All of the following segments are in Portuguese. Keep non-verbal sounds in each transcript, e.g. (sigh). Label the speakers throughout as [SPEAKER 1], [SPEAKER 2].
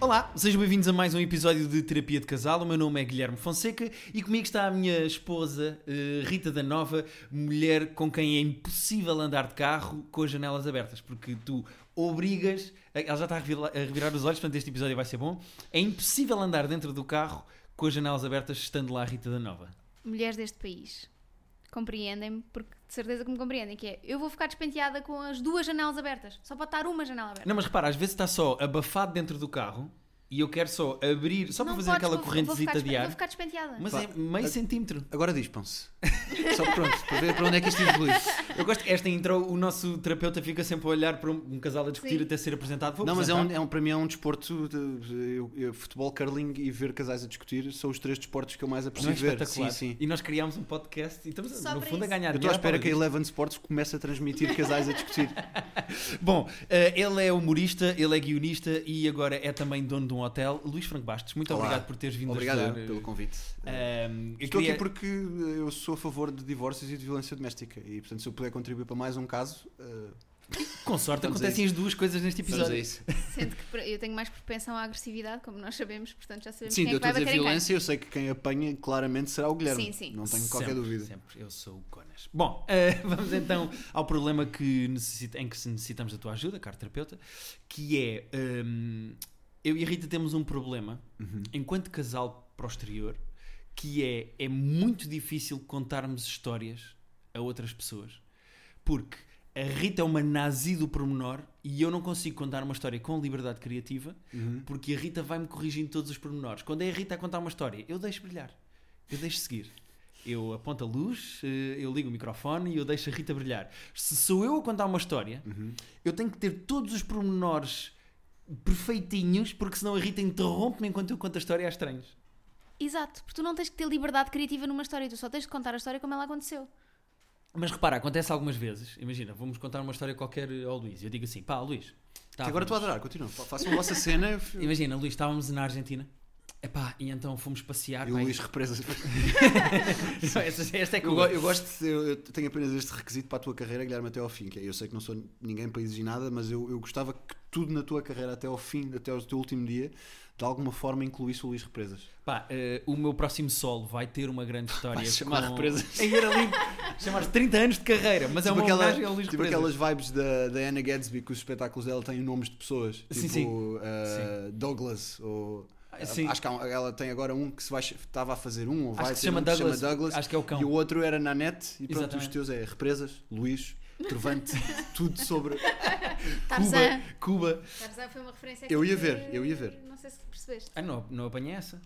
[SPEAKER 1] Olá, sejam bem-vindos a mais um episódio de Terapia de Casal. O meu nome é Guilherme Fonseca e comigo está a minha esposa, eh, Rita da Nova, mulher com quem é impossível andar de carro com as janelas abertas, porque tu obrigas. eh, Ela já está a revila- a revirar os olhos, portanto este episódio vai ser bom. É impossível andar dentro do carro com as janelas abertas, estando lá a Rita da Nova.
[SPEAKER 2] mulheres deste país compreendem-me, porque de certeza que me compreendem, que é eu vou ficar despenteada com as duas janelas abertas, só pode estar uma janela aberta.
[SPEAKER 1] Não, mas repara, às vezes está só abafado dentro do carro e eu quero só abrir, só para
[SPEAKER 2] Não
[SPEAKER 1] fazer
[SPEAKER 2] podes,
[SPEAKER 1] aquela
[SPEAKER 2] vou-
[SPEAKER 1] correntezita
[SPEAKER 2] vou ficar,
[SPEAKER 1] de
[SPEAKER 2] despe- Vou
[SPEAKER 1] ar.
[SPEAKER 2] ficar despenteada.
[SPEAKER 1] Mas
[SPEAKER 3] Pá,
[SPEAKER 1] é meio
[SPEAKER 3] a-
[SPEAKER 1] centípão.
[SPEAKER 3] Agora dispam-se. Só pronto, para ver para onde é que isto evolui.
[SPEAKER 1] (laughs) Eu gosto que esta intro, o nosso terapeuta fica sempre a olhar para um, um casal a discutir
[SPEAKER 2] Sim.
[SPEAKER 1] até ser apresentado. Vou
[SPEAKER 3] Não, mas é um,
[SPEAKER 1] apresentar.
[SPEAKER 3] é um- para mim é um desporto de, de- eu- eu- futebol, curling e ver casais a discutir são os três desportos que eu mais aprecio
[SPEAKER 1] Não é
[SPEAKER 3] ver.
[SPEAKER 1] espetacular.
[SPEAKER 3] Sim, sim.
[SPEAKER 1] E nós criámos um podcast e estamos,
[SPEAKER 2] Só
[SPEAKER 1] no
[SPEAKER 2] para
[SPEAKER 1] fundo, a
[SPEAKER 2] isso.
[SPEAKER 1] ganhar
[SPEAKER 3] Eu estou à
[SPEAKER 1] dinheiro
[SPEAKER 3] espera
[SPEAKER 1] à
[SPEAKER 3] que a
[SPEAKER 1] bola disto.
[SPEAKER 3] Eleven Sports comece a transmitir casais a (laughs) discutir.
[SPEAKER 1] Bom, eh, ele é humorista, ele é guionista e agora é também dono de um hotel. Luís Franco Bastos, muito
[SPEAKER 3] Olá.
[SPEAKER 1] obrigado por teres vindo
[SPEAKER 3] Obrigado
[SPEAKER 1] ajudar.
[SPEAKER 3] eu pelo convite.
[SPEAKER 1] Ahm, eu
[SPEAKER 3] Estou
[SPEAKER 1] queria-
[SPEAKER 3] aqui porque eh, eu sou a favor de divórcios e de violência doméstica e, portanto, se eu puder contribuir para mais um caso, eh,
[SPEAKER 1] Com sorte,
[SPEAKER 3] Vamos a
[SPEAKER 1] acontecem as duas coisas neste
[SPEAKER 3] vamos a
[SPEAKER 1] episódio.
[SPEAKER 3] isso.
[SPEAKER 2] Sendo que pre- eu tenho mais propensão à agressividade, como nós sabemos, portanto já sabemos
[SPEAKER 3] Sim,
[SPEAKER 2] quem
[SPEAKER 3] eu
[SPEAKER 2] é que
[SPEAKER 3] estou
[SPEAKER 2] vai
[SPEAKER 3] a
[SPEAKER 2] bater
[SPEAKER 3] dizer
[SPEAKER 2] em quem.
[SPEAKER 3] violência, eu sei que quem apanha claramente será o Guilherme.
[SPEAKER 2] Sim, sim.
[SPEAKER 3] Não tenho qualquer
[SPEAKER 1] Sempre,
[SPEAKER 3] dúvida.
[SPEAKER 1] Sempre, eu sou o Conas. Bom, (laughs) eh, vamos então ao problema que necessita- em que se necessitamos da tua ajuda, caro terapeuta, que é hum, eu e a Rita temos um problema
[SPEAKER 3] Uhum.
[SPEAKER 1] enquanto casal para o exterior, que é é muito difícil contarmos histórias a outras pessoas, porque a Rita é uma nazi do pormenor e eu não consigo contar uma história com liberdade criativa
[SPEAKER 3] Uhum.
[SPEAKER 1] porque a Rita vai-me corrigindo todos os pormenores. Quando é a Rita a contar uma história, eu deixo brilhar, eu deixo seguir. Eu aponto a luz, eh, eu ligo o microfone e eu deixo a Rita brilhar. Se sou eu a contar uma história,
[SPEAKER 3] Uhum.
[SPEAKER 1] eu tenho que ter todos os pormenores perfeitinhos, porque senão a Rita interrompe-me enquanto eu conto a história a estranhos.
[SPEAKER 2] Exato, porque tu não tens que ter liberdade criativa numa história, tu só tens de contar a história como ela aconteceu.
[SPEAKER 1] Mas repara, acontece algumas vezes. Imagina, vamos contar uma história qualquer ao Luís. Eu digo assim, pá, Luís. tá,
[SPEAKER 3] Que agora estou a
[SPEAKER 1] vamos-
[SPEAKER 3] adorar, continua. Fa- Façam a (laughs) vossa cena. eu-
[SPEAKER 1] Imagina, Luís, estávamos na Argentina. Epá, e então fomos passear.
[SPEAKER 3] E o
[SPEAKER 1] pá, (laughs)
[SPEAKER 3] Luís represa. (laughs)
[SPEAKER 1] Esta, esta é que
[SPEAKER 3] Eu, go- eu gosto, de- eu, eu tenho apenas este requisito para a tua carreira, Guilherme, até ao fim. Que é, eu sei que não sou ninguém para exigir nada, mas eu, eu gostava que tudo na tua carreira, até ao fim, até ao teu último dia, de alguma forma incluísse o Luís Represas.
[SPEAKER 1] Pá, eh, o meu próximo solo vai ter uma grande história.
[SPEAKER 3] Vai chamar
[SPEAKER 1] com...
[SPEAKER 3] Represas.
[SPEAKER 1] (laughs) Aí era lindo. Chamar 30 anos de carreira, mas é uma
[SPEAKER 3] aquela-
[SPEAKER 1] homenagem ao Luís
[SPEAKER 3] tipo
[SPEAKER 1] Represas.
[SPEAKER 3] aquelas vibes da, da Anna Gadsby que os espetáculos dela têm nomes de pessoas. Tipo
[SPEAKER 1] Sim, sim.
[SPEAKER 3] eh, Douglas ou.
[SPEAKER 1] Ah, sim.
[SPEAKER 3] Acho que há um- ela tem agora um que se vai, estava a fazer um, ou vai
[SPEAKER 1] Acho que
[SPEAKER 3] ter
[SPEAKER 1] se chama
[SPEAKER 3] um que
[SPEAKER 1] Douglas.
[SPEAKER 3] se chama Douglas.
[SPEAKER 1] Acho que é o cão.
[SPEAKER 3] E o outro era Nanette. E pronto,
[SPEAKER 1] Exatamente.
[SPEAKER 3] os teus é Represas, Luís,
[SPEAKER 1] (laughs)
[SPEAKER 3] Trovante, tudo sobre.
[SPEAKER 2] Tarzan.
[SPEAKER 1] Cuba, Cuba.
[SPEAKER 2] Tarzan foi uma referência
[SPEAKER 3] Eu
[SPEAKER 2] que-
[SPEAKER 3] ia ver, eu ia ver.
[SPEAKER 2] Não sei se percebeste.
[SPEAKER 1] Ah, não, não apanhei essa.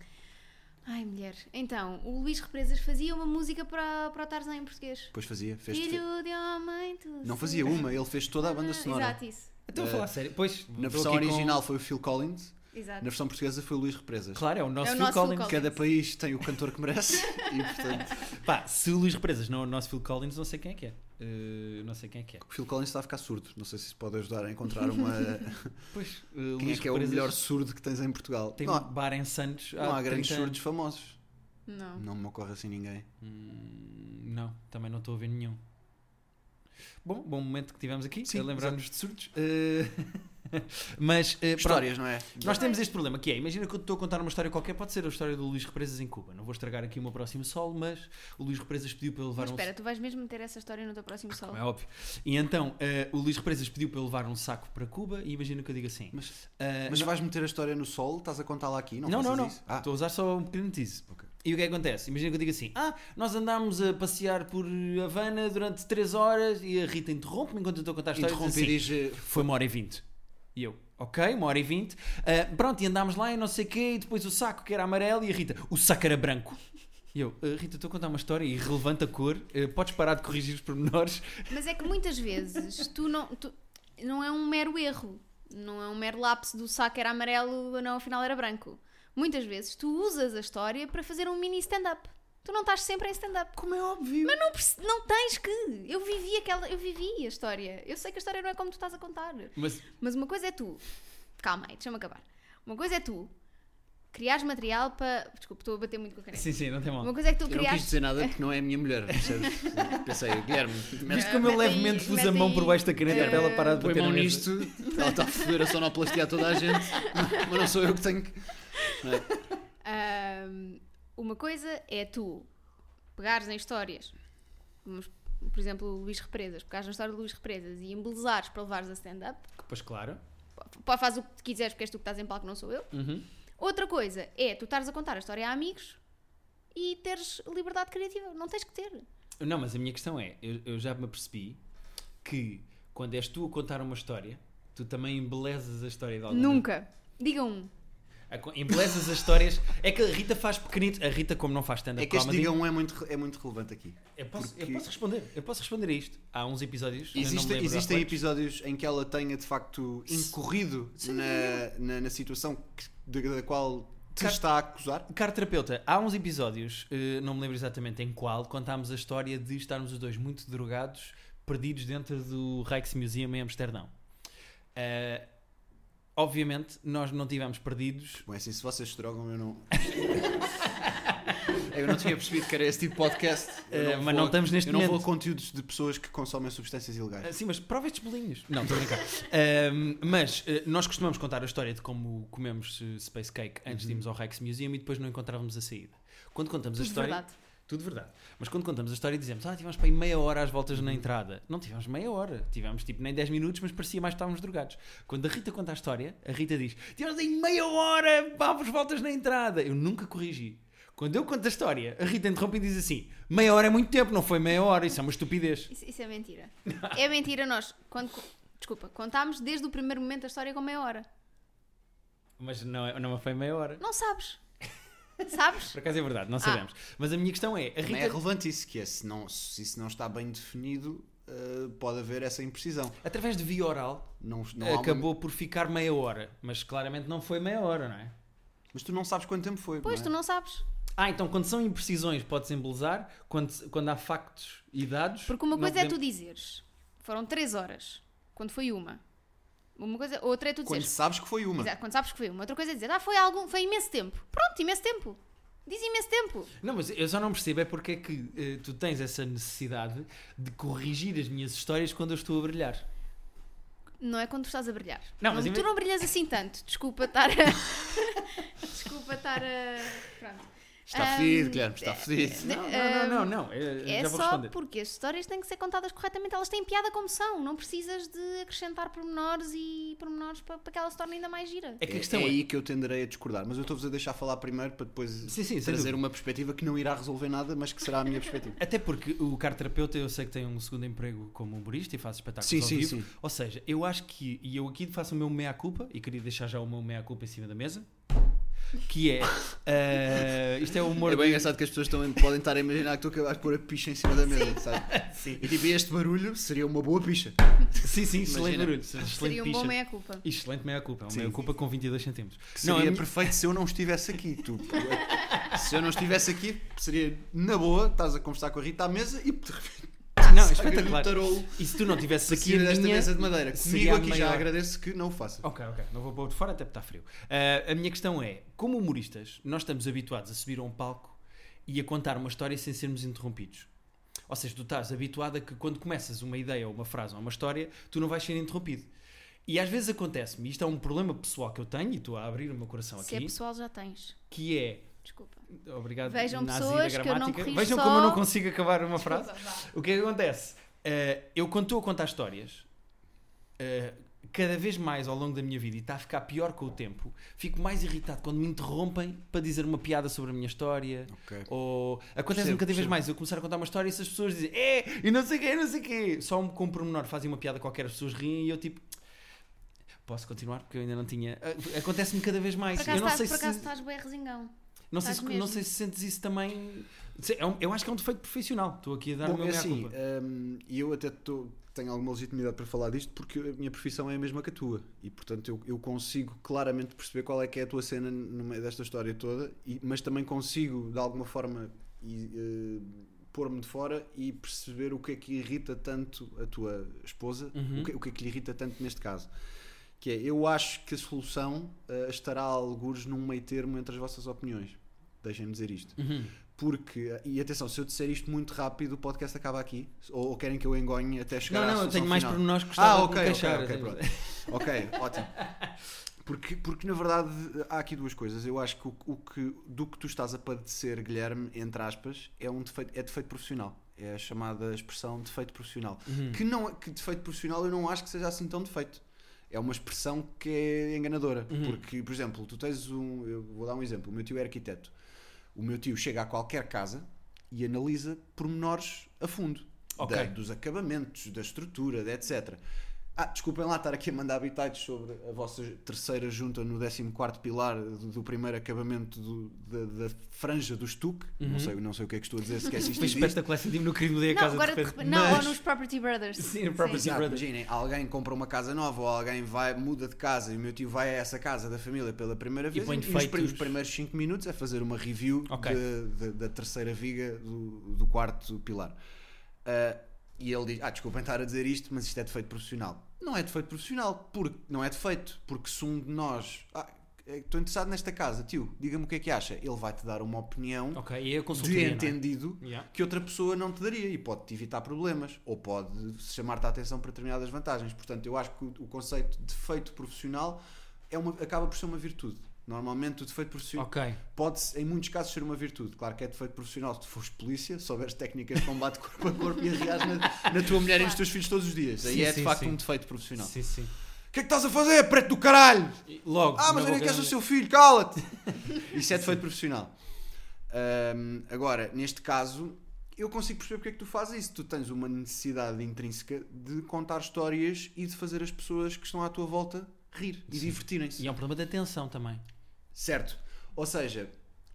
[SPEAKER 2] Ai, mulher. Então, o Luís Represas fazia uma música para, para o Tarzan em português.
[SPEAKER 3] Depois fazia, fez
[SPEAKER 2] Filho de homem, tu
[SPEAKER 3] Não
[SPEAKER 2] serás.
[SPEAKER 3] fazia uma, ele fez toda a banda sonora.
[SPEAKER 2] Ah, Exato, isso.
[SPEAKER 1] Estou a Então falar sério. Pois,
[SPEAKER 3] Eh, Na
[SPEAKER 1] estou
[SPEAKER 3] versão
[SPEAKER 1] aqui com-
[SPEAKER 3] original foi o Phil Collins,
[SPEAKER 2] Exato.
[SPEAKER 3] na versão portuguesa foi o Luís Represas.
[SPEAKER 1] Claro, é o nosso
[SPEAKER 2] É o
[SPEAKER 1] Phil
[SPEAKER 2] nosso Phil
[SPEAKER 1] Collins.
[SPEAKER 2] Collins.
[SPEAKER 3] Cada país tem o cantor que merece (laughs) e, portanto,
[SPEAKER 1] Pá, se o Luís Represas não é o nosso Phil Collins, não sei quem é que é. Eh, não sei quem é que é.
[SPEAKER 3] o Phil Collins está a ficar surdo. Não sei se isso pode ajudar a encontrar
[SPEAKER 2] (laughs)
[SPEAKER 3] uma.
[SPEAKER 1] Pois, eh,
[SPEAKER 3] Quem é
[SPEAKER 1] Luís
[SPEAKER 3] que é o
[SPEAKER 1] Represas
[SPEAKER 3] melhor surdo que tens em Portugal?
[SPEAKER 1] Tem
[SPEAKER 3] não,
[SPEAKER 1] um bar em Santos.
[SPEAKER 3] há- não há grandes
[SPEAKER 1] 30
[SPEAKER 3] surdos famosos.
[SPEAKER 2] Não.
[SPEAKER 3] Não me ocorre assim ninguém.
[SPEAKER 1] Hum, não, também não estou a ver nenhum. Bom, bom momento que tivemos aqui,
[SPEAKER 3] Sim,
[SPEAKER 1] a lembrar-nos de surdos. Eh, (laughs) mas, eh, pronto,
[SPEAKER 3] Histórias, não é?
[SPEAKER 1] nós temos este problema que é, imagina que eu estou a contar uma história qualquer, pode ser a história do Luís Represas em Cuba. Não vou estragar aqui o meu próximo solo, mas o Luís Represas pediu para eu levar
[SPEAKER 2] Mas
[SPEAKER 1] um
[SPEAKER 2] espera, tu vais mesmo meter essa história no teu próximo
[SPEAKER 1] Como
[SPEAKER 2] solo?
[SPEAKER 1] é óbvio. E então, eh, o Luís Represas pediu para eu levar um saco para Cuba e imagina que eu digo assim.
[SPEAKER 3] Mas,
[SPEAKER 1] eh,
[SPEAKER 3] mas vais meter a história no sol? Estás a contá-la aqui? Não,
[SPEAKER 1] não, não,
[SPEAKER 3] faças
[SPEAKER 1] não.
[SPEAKER 3] isso. Ah,
[SPEAKER 1] Estou a usar só um pequeno tease.
[SPEAKER 3] Ok.
[SPEAKER 1] E o que é que acontece? Imagina que eu digo assim: Ah, nós andámos a passear por Havana durante 3 horas e a Rita interrompe-me enquanto eu estou a contar a história. e diz
[SPEAKER 3] interrompe e
[SPEAKER 1] assim,
[SPEAKER 3] diz. eh,
[SPEAKER 1] Foi uma hora e vinte. E eu, ok, uma hora e vinte. Ah, pronto, e andámos lá e não sei o quê, e depois o saco que era amarelo e a Rita, o saco era branco. E eu, "Ah, Rita, estou a contar uma história e relevante a cor, ah, podes parar de corrigir os pormenores.
[SPEAKER 2] Mas é que muitas vezes tu não. tu- não é um mero erro. Não é um mero lapso do saco era amarelo, não, afinal era branco. Muitas vezes tu usas a história para fazer um mini stand-up. Tu não estás sempre em stand-up.
[SPEAKER 1] Como é óbvio.
[SPEAKER 2] Mas não, perce- não tens que. Eu vivi aquela. Eu vivi a história. Eu sei que a história não é como tu estás a contar.
[SPEAKER 1] Mas,
[SPEAKER 2] Mas uma coisa é tu. Calma aí, deixa-me acabar. Uma coisa é tu. Criares material para. Desculpa, estou a bater muito com a caneta.
[SPEAKER 1] sim, sim, não tem mal.
[SPEAKER 2] Uma coisa é que tu
[SPEAKER 3] Eu não quis
[SPEAKER 2] criaste.
[SPEAKER 3] dizer nada porque não é a minha mulher, percebes?
[SPEAKER 2] (laughs)
[SPEAKER 3] Pensei, Guilherme, mete-
[SPEAKER 1] Viste como eu
[SPEAKER 2] mete aí-
[SPEAKER 1] levemente pus a
[SPEAKER 2] mete
[SPEAKER 1] mão
[SPEAKER 2] aí,
[SPEAKER 1] por baixo da caneta
[SPEAKER 2] eh,
[SPEAKER 1] para ela parar de
[SPEAKER 3] põe
[SPEAKER 1] bater
[SPEAKER 3] mão
[SPEAKER 1] na mesa.
[SPEAKER 3] nisto, Ela está a foder a sonoplastia a toda a gente,
[SPEAKER 1] (laughs)
[SPEAKER 3] mas não sou eu que tenho que. Não é?
[SPEAKER 2] Ahm, uma coisa é tu pegares em histórias, vamos, por exemplo, o Luís Represas, pegares na história do Luís Represas e embelezares para levares a stand-up,
[SPEAKER 1] Pois claro.
[SPEAKER 2] Pá, faz o que quiseres porque és tu que estás em palco, não sou eu.
[SPEAKER 1] Uhum.
[SPEAKER 2] Outra coisa é tu estares a contar a história a amigos e teres liberdade criativa, não tens que ter.
[SPEAKER 1] Não, mas a minha questão é, eu, eu já me apercebi que quando és tu a contar uma história, tu também embelezas a história de alguém.
[SPEAKER 2] Nunca. Diga um.
[SPEAKER 1] A co- Embelezas as histórias. É que a Rita faz pequenito. A Rita, como não faz stand-up
[SPEAKER 3] É que este
[SPEAKER 1] comedy.
[SPEAKER 3] diga um é muito, re- é muito relevante aqui.
[SPEAKER 1] eu, posso, eu
[SPEAKER 3] porque-
[SPEAKER 1] posso responder. Eu posso responder a isto. Há uns episódios. eu não me
[SPEAKER 3] Existe-
[SPEAKER 1] lembro há
[SPEAKER 3] existem
[SPEAKER 1] quantos.
[SPEAKER 3] episódios em que ela tenha de facto incorrido na, na, na situação que- da, da qual te
[SPEAKER 1] Car-
[SPEAKER 3] está a acusar.
[SPEAKER 1] Caro terapeuta, há uns episódios, eh, não me lembro exatamente em qual, contámos a história de estarmos os dois muito drogados, perdidos dentro do Rijksmuseum em Amsterdão. Eh, obviamente, nós não tivemos perdidos.
[SPEAKER 3] Bom, é assim, se vocês se drogam,
[SPEAKER 1] (laughs)
[SPEAKER 3] eu não. eu não tinha percebido que era esse tipo de podcast. Eu
[SPEAKER 1] Eh, mas não estamos neste
[SPEAKER 3] eu não vou a
[SPEAKER 1] momento.
[SPEAKER 3] conteúdos de pessoas que consomem substâncias
[SPEAKER 1] Ah,
[SPEAKER 3] ilegais.
[SPEAKER 1] Sim, mas prova estes bolinhos. Não, estou a brincar. Ahm, mas eh, nós costumamos contar a história de como comemos eh, space cake antes de irmos ao Rex Museum e depois não encontrávamos a saída. Quando contamos a
[SPEAKER 2] Tudo
[SPEAKER 1] história.
[SPEAKER 2] verdade.
[SPEAKER 1] Tudo verdade. Mas quando contamos a história dizemos, ah, tivemos para aí meia hora às voltas na entrada. Não tivemos meia hora. Tivemos tipo nem 10 minutos, mas parecia mais que estávamos drogados. Quando a Rita conta a história, a Rita diz, tivemos aí meia hora pá, às voltas na entrada. Eu nunca corrigi. Quando eu conto a história, a Rita interrompe e diz assim: meia hora é muito tempo, não foi meia hora, isso é uma estupidez.
[SPEAKER 2] Isso, isso é mentira. é mentira nós. Quando, co- desculpa, contámos desde o primeiro momento a história com meia hora.
[SPEAKER 1] Mas não, é- não foi meia hora.
[SPEAKER 2] Não sabes. Sabes?
[SPEAKER 1] Por acaso é verdade, não sabemos. Mas a minha questão é: a
[SPEAKER 3] Também é
[SPEAKER 1] Rita,
[SPEAKER 3] relevante isso, que é se, não, se isso não está bem definido, eh, pode haver essa imprecisão.
[SPEAKER 1] através de via oral,
[SPEAKER 3] Não, não há uma-
[SPEAKER 1] acabou por ficar meia hora. Mas claramente não foi meia hora, não é?
[SPEAKER 3] Mas tu não sabes quanto tempo foi.
[SPEAKER 2] Pois,
[SPEAKER 3] não é?
[SPEAKER 2] tu não sabes.
[SPEAKER 1] Ah, então quando são imprecisões podes embelezar, quando, quando há factos e dados.
[SPEAKER 2] Porque uma
[SPEAKER 1] não
[SPEAKER 2] coisa é tu
[SPEAKER 1] podemos-
[SPEAKER 2] dizeres. Foram três horas. Quando foi uma. Uma coisa, outra é tu
[SPEAKER 3] Quando
[SPEAKER 2] dizeres.
[SPEAKER 3] sabes que foi uma.
[SPEAKER 2] Exato, quando sabes que foi uma. Outra coisa é dizer, ah, foi algum, foi imenso tempo. Pronto, imenso tempo. Diz imenso tempo.
[SPEAKER 1] Não, mas eu só não percebo é porque é que eh, tu tens essa necessidade de corrigir as minhas histórias quando eu estou a brilhar.
[SPEAKER 2] Não é quando tu estás a brilhar.
[SPEAKER 1] Não, mas
[SPEAKER 2] tu
[SPEAKER 1] ima-
[SPEAKER 2] não brilhas assim tanto. Desculpa estar a. (laughs) Desculpa estar a. Pronto.
[SPEAKER 3] Está
[SPEAKER 2] Ahm,
[SPEAKER 3] fedido, Guilherme, está fedido.
[SPEAKER 1] Não, não, não, não, não. eu-
[SPEAKER 2] É
[SPEAKER 1] já vou
[SPEAKER 2] só
[SPEAKER 1] responder.
[SPEAKER 2] porque as histórias têm que ser contadas corretamente, elas têm piada como são, não precisas de acrescentar pormenores e pormenores para, para que ela se torne ainda mais gira.
[SPEAKER 1] É que a questão é.
[SPEAKER 3] é, aí que eu tenderei a discordar, mas eu estou-vos a deixar falar primeiro para depois
[SPEAKER 1] Sim, sim, sem
[SPEAKER 3] trazer
[SPEAKER 1] dúvida.
[SPEAKER 3] uma perspectiva que não irá resolver nada, mas que será a minha
[SPEAKER 1] (laughs)
[SPEAKER 3] perspectiva.
[SPEAKER 1] Até porque o carterapeuta eu sei que tem um segundo emprego como humorista e faz espetáculos
[SPEAKER 3] Sim,
[SPEAKER 1] ao
[SPEAKER 3] sim,
[SPEAKER 1] vivo.
[SPEAKER 3] sim.
[SPEAKER 1] Ou seja, eu acho que, e eu aqui faço o meu meia-culpa, e queria deixar já o meu meia-culpa em cima da mesa, que
[SPEAKER 3] (laughs)
[SPEAKER 1] é, eh, isto é o humor
[SPEAKER 3] É bem
[SPEAKER 1] de-
[SPEAKER 3] engraçado que as pessoas estão, podem estar a imaginar que tu acabaste de pôr a picha em cima da mesa, sabe?
[SPEAKER 1] (laughs) Sim.
[SPEAKER 3] E tipo, este barulho seria uma boa picha.
[SPEAKER 1] Sim, sim, excelente
[SPEAKER 3] Imagina.
[SPEAKER 1] barulho.
[SPEAKER 3] É
[SPEAKER 1] Excelente
[SPEAKER 2] Seria um bom
[SPEAKER 1] picha.
[SPEAKER 2] meia-culpa.
[SPEAKER 1] Excelente meia-culpa. É um
[SPEAKER 3] Sim.
[SPEAKER 1] meia-culpa com 22 centímetros.
[SPEAKER 3] Que
[SPEAKER 1] Não, é
[SPEAKER 3] seria
[SPEAKER 1] a minha-
[SPEAKER 3] perfeito se eu não estivesse aqui. Tu, se eu não estivesse aqui, seria na boa, estás a conversar com a Rita à mesa e de repente
[SPEAKER 1] não, é
[SPEAKER 3] saca-lhe um
[SPEAKER 1] espetacular.
[SPEAKER 3] tarolo
[SPEAKER 1] E se tu não tivesses
[SPEAKER 3] de
[SPEAKER 1] aqui
[SPEAKER 3] cima
[SPEAKER 1] a
[SPEAKER 3] desta
[SPEAKER 1] minha...
[SPEAKER 3] mesa de madeira.
[SPEAKER 1] seria
[SPEAKER 3] Comigo
[SPEAKER 1] a
[SPEAKER 3] aqui já
[SPEAKER 1] maior.
[SPEAKER 3] agradeço que não o faça.
[SPEAKER 1] Ok, ok, não vou pôr de fora até porque está frio. Ah, a minha questão é, como humoristas, nós estamos habituados a subir a um palco e a contar uma história sem sermos interrompidos. Ou seja, tu estás habituado a que quando começas uma ideia ou uma frase ou uma história, tu não vais ser interrompido. E às vezes acontece-me, isto é um problema pessoal que eu tenho, e estou a abrir o meu coração
[SPEAKER 2] Se é
[SPEAKER 1] aqui,
[SPEAKER 2] pessoal, já tens.
[SPEAKER 1] que é
[SPEAKER 2] Desculpa.
[SPEAKER 1] Obrigado,
[SPEAKER 2] Vejam
[SPEAKER 1] Nazi, da
[SPEAKER 2] pessoas que eu não
[SPEAKER 1] gramática.
[SPEAKER 2] corrijo
[SPEAKER 1] Vejam
[SPEAKER 2] só-
[SPEAKER 1] como eu não consigo acabar uma frase.
[SPEAKER 2] Desculpa, vá.
[SPEAKER 1] O que é que acontece? Eh, eu, quando estou a contar histórias, eh, cada vez mais ao longo da minha vida, e está a ficar pior com o tempo, fico mais irritado quando me interrompem para dizer uma piada sobre a minha história.
[SPEAKER 3] Ok.
[SPEAKER 1] Ou acontece-me
[SPEAKER 3] Percebo,
[SPEAKER 1] cada vez
[SPEAKER 3] percebo.
[SPEAKER 1] mais eu começar a contar uma história e se as pessoas dizem é, e não sei o quê, não sei o quê. Só um, com um pormenor fazem uma piada qualquer, as pessoas riem e eu tipo. Posso continuar porque eu ainda não tinha. Ah, Acontece-me cada vez mais.
[SPEAKER 2] Por
[SPEAKER 1] eu
[SPEAKER 2] acaso,
[SPEAKER 1] não
[SPEAKER 2] estás,
[SPEAKER 1] sei
[SPEAKER 2] por
[SPEAKER 1] se.
[SPEAKER 2] acaso estás bem resingão.
[SPEAKER 1] Não sei, se,
[SPEAKER 2] Estás
[SPEAKER 1] não
[SPEAKER 2] mesmo.
[SPEAKER 1] sei se sentes isso também. Se- é um- Eu acho que é um defeito profissional. Estou aqui a dar
[SPEAKER 3] Bom,
[SPEAKER 1] o meu
[SPEAKER 3] é
[SPEAKER 1] meia
[SPEAKER 3] assim,
[SPEAKER 1] culpa.
[SPEAKER 3] hum, e eu até tô- tenho alguma legitimidade para falar disto porque a minha profissão é a mesma que a tua e portanto eu, eu consigo claramente perceber qual é que é a tua cena no meio desta história toda, e- mas também consigo de alguma forma e, eh, pôr-me de fora e perceber o que é que irrita tanto a tua esposa,
[SPEAKER 1] Uhum.
[SPEAKER 3] o, que, o que é que lhe irrita tanto neste caso. Que é, eu acho que a solução eh, estará a algures num meio termo entre as vossas opiniões. Deixem-me dizer isto.
[SPEAKER 1] Uhum.
[SPEAKER 3] Porque, e atenção, se eu disser isto muito rápido, o podcast acaba aqui. Ou, ou querem que eu engonhe até chegar
[SPEAKER 1] Não,
[SPEAKER 3] à
[SPEAKER 1] não, eu
[SPEAKER 3] solução
[SPEAKER 1] tenho mais
[SPEAKER 3] final?
[SPEAKER 1] pormenores que gostava
[SPEAKER 3] ah,
[SPEAKER 1] de
[SPEAKER 3] ok, ok,
[SPEAKER 1] encaixar. assim.
[SPEAKER 3] ok, pronto. Ok, ótimo. Porque, porque na verdade há aqui duas coisas. Eu acho que o, o que do que tu estás a padecer, Guilherme, entre aspas, é um defeito, é defeito profissional. É a chamada expressão defeito profissional. Que, não, que defeito profissional eu não acho que seja assim tão defeito. É uma expressão que é enganadora. Porque, por exemplo, tu tens um. Eu vou dar um exemplo. O meu tio é arquiteto. O meu tio chega a qualquer casa e analisa pormenores a fundo.
[SPEAKER 1] Ok.
[SPEAKER 3] Da- dos acabamentos, da estrutura, de etc. Ah, desculpem lá estar aqui a mandar habitats sobre a vossa terceira junta no 14 pilar do, do primeiro acabamento do- da, da franja do estuque. Não, sei, não sei o que é que estou a dizer, se esquece isto.
[SPEAKER 1] Foi
[SPEAKER 3] existe.
[SPEAKER 1] espetacular sentir-me no crime da
[SPEAKER 2] Não,
[SPEAKER 1] casa
[SPEAKER 2] agora de
[SPEAKER 1] de repente.
[SPEAKER 2] repente- não, ou
[SPEAKER 1] mas-
[SPEAKER 2] nos Property Brothers.
[SPEAKER 1] Sim, no Property
[SPEAKER 3] Exato,
[SPEAKER 1] Brothers.
[SPEAKER 3] imaginem, alguém compra uma casa nova ou alguém vai, muda de casa e o meu tio vai a essa casa da família pela primeira vez
[SPEAKER 1] põe
[SPEAKER 3] e, os,
[SPEAKER 1] defeitos.
[SPEAKER 3] prim- os primeiros 5 minutos é fazer uma review
[SPEAKER 1] Ok.
[SPEAKER 3] de- de- da terceira viga do, do quarto pilar. Ah, e ele diz: Ah, desculpem estar a dizer isto, mas isto é defeito profissional. Não é defeito profissional, porque não é defeito, porque se um de nós. "Ah, eh, Estou interessado nesta casa, tio, diga-me o que é que acha. Ele vai-te dar uma opinião
[SPEAKER 1] Ok, e é a
[SPEAKER 3] de
[SPEAKER 1] consultoria. não é?
[SPEAKER 3] entendido
[SPEAKER 1] Yeah.
[SPEAKER 3] que outra pessoa não te daria e pode-te evitar problemas ou pode chamar-te a atenção para determinadas vantagens. Portanto, eu acho que o, o conceito de defeito profissional é uma, acaba por ser uma virtude. Normalmente, o defeito profissional
[SPEAKER 1] Ok.
[SPEAKER 3] pode, em muitos casos, ser uma virtude. Claro que é defeito profissional se tu fores polícia, souberes técnicas de combate (laughs) corpo a corpo e arriares na, na tua mulher e nos teus filhos todos os dias. Aí
[SPEAKER 1] Sim,
[SPEAKER 3] é, de
[SPEAKER 1] sim,
[SPEAKER 3] facto,
[SPEAKER 1] sim.
[SPEAKER 3] um defeito profissional.
[SPEAKER 1] Sim, sim.
[SPEAKER 3] O que é que estás a fazer, preto do caralho?
[SPEAKER 1] E Logo.
[SPEAKER 3] Ah,
[SPEAKER 1] na
[SPEAKER 3] mas era
[SPEAKER 1] boca
[SPEAKER 3] que és
[SPEAKER 1] da-
[SPEAKER 3] o seu filho, cala-te! (laughs) Isso é defeito profissional. Ahm, agora, neste caso, eu consigo perceber porque é que tu fazes isso. Tu tens uma necessidade intrínseca de contar histórias e de fazer as pessoas que estão à tua volta rir e divertirem-se.
[SPEAKER 1] E é um problema de atenção também.
[SPEAKER 3] Certo. Ou seja,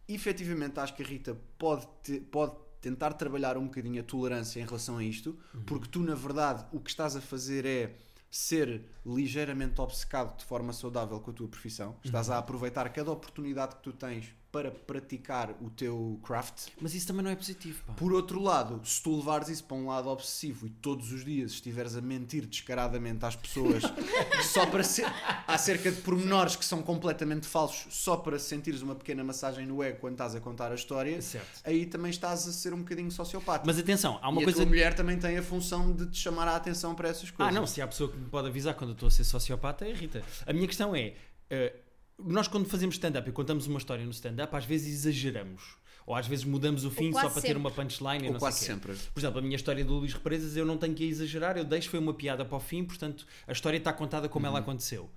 [SPEAKER 3] efetivamente acho que a Rita pode, te- pode tentar trabalhar um bocadinho a tolerância em relação a isto, porque tu, na verdade, o que estás a fazer é ser ligeiramente obcecado de forma saudável com a tua profissão. Estás a aproveitar cada oportunidade que tu tens para praticar o teu craft.
[SPEAKER 1] Mas isso também não é positivo, pá.
[SPEAKER 3] Por outro lado, se tu levares isso para um lado obsessivo e todos os dias estiveres a mentir descaradamente às
[SPEAKER 1] (laughs)
[SPEAKER 3] pessoas só para ser acerca de pormenores que são completamente falsos, só para sentires uma pequena massagem no ego quando estás a contar a história,
[SPEAKER 1] Certo.
[SPEAKER 3] aí também estás a ser um bocadinho sociopata.
[SPEAKER 1] Mas atenção, há uma
[SPEAKER 3] e
[SPEAKER 1] coisa.
[SPEAKER 3] a tua mulher também tem a função de te chamar a atenção para essas
[SPEAKER 1] Ah,
[SPEAKER 3] coisas.
[SPEAKER 1] não, se há pessoa que me pode avisar quando eu estou a ser sociopata é a Rita. A minha questão é: eh, nós, quando fazemos stand-up e contamos uma história no stand-up, às vezes exageramos. Ou às vezes mudamos o fim só
[SPEAKER 2] quase
[SPEAKER 1] para ter
[SPEAKER 2] sempre.
[SPEAKER 1] uma punchline. e
[SPEAKER 3] Ou
[SPEAKER 1] não
[SPEAKER 3] quase
[SPEAKER 1] sei quê.
[SPEAKER 3] sempre.
[SPEAKER 1] Por exemplo, a minha história do Luís Represas, eu não tenho que exagerar, eu deixo, foi uma piada para o fim, portanto, a história está contada como
[SPEAKER 3] Uhum.
[SPEAKER 1] ela aconteceu.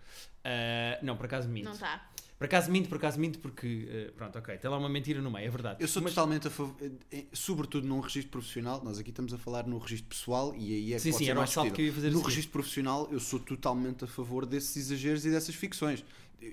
[SPEAKER 1] Ah, não, por acaso minto.
[SPEAKER 2] Não tá. está.
[SPEAKER 1] Por acaso minto, por acaso minto, porque. eh, pronto, ok, tem lá uma mentira no meio, é verdade.
[SPEAKER 3] Eu sou totalmente a favor, eh, eh, sobretudo num registro profissional, nós aqui estamos a falar no registro pessoal e aí é que
[SPEAKER 1] Sim,
[SPEAKER 3] pode
[SPEAKER 1] sim,
[SPEAKER 3] ser
[SPEAKER 1] era o
[SPEAKER 3] mais
[SPEAKER 1] salto
[SPEAKER 3] discutível.
[SPEAKER 1] que eu ia fazer assim. a
[SPEAKER 3] No
[SPEAKER 1] seguir.
[SPEAKER 3] registro profissional eu sou totalmente a favor desses exageros e dessas ficções.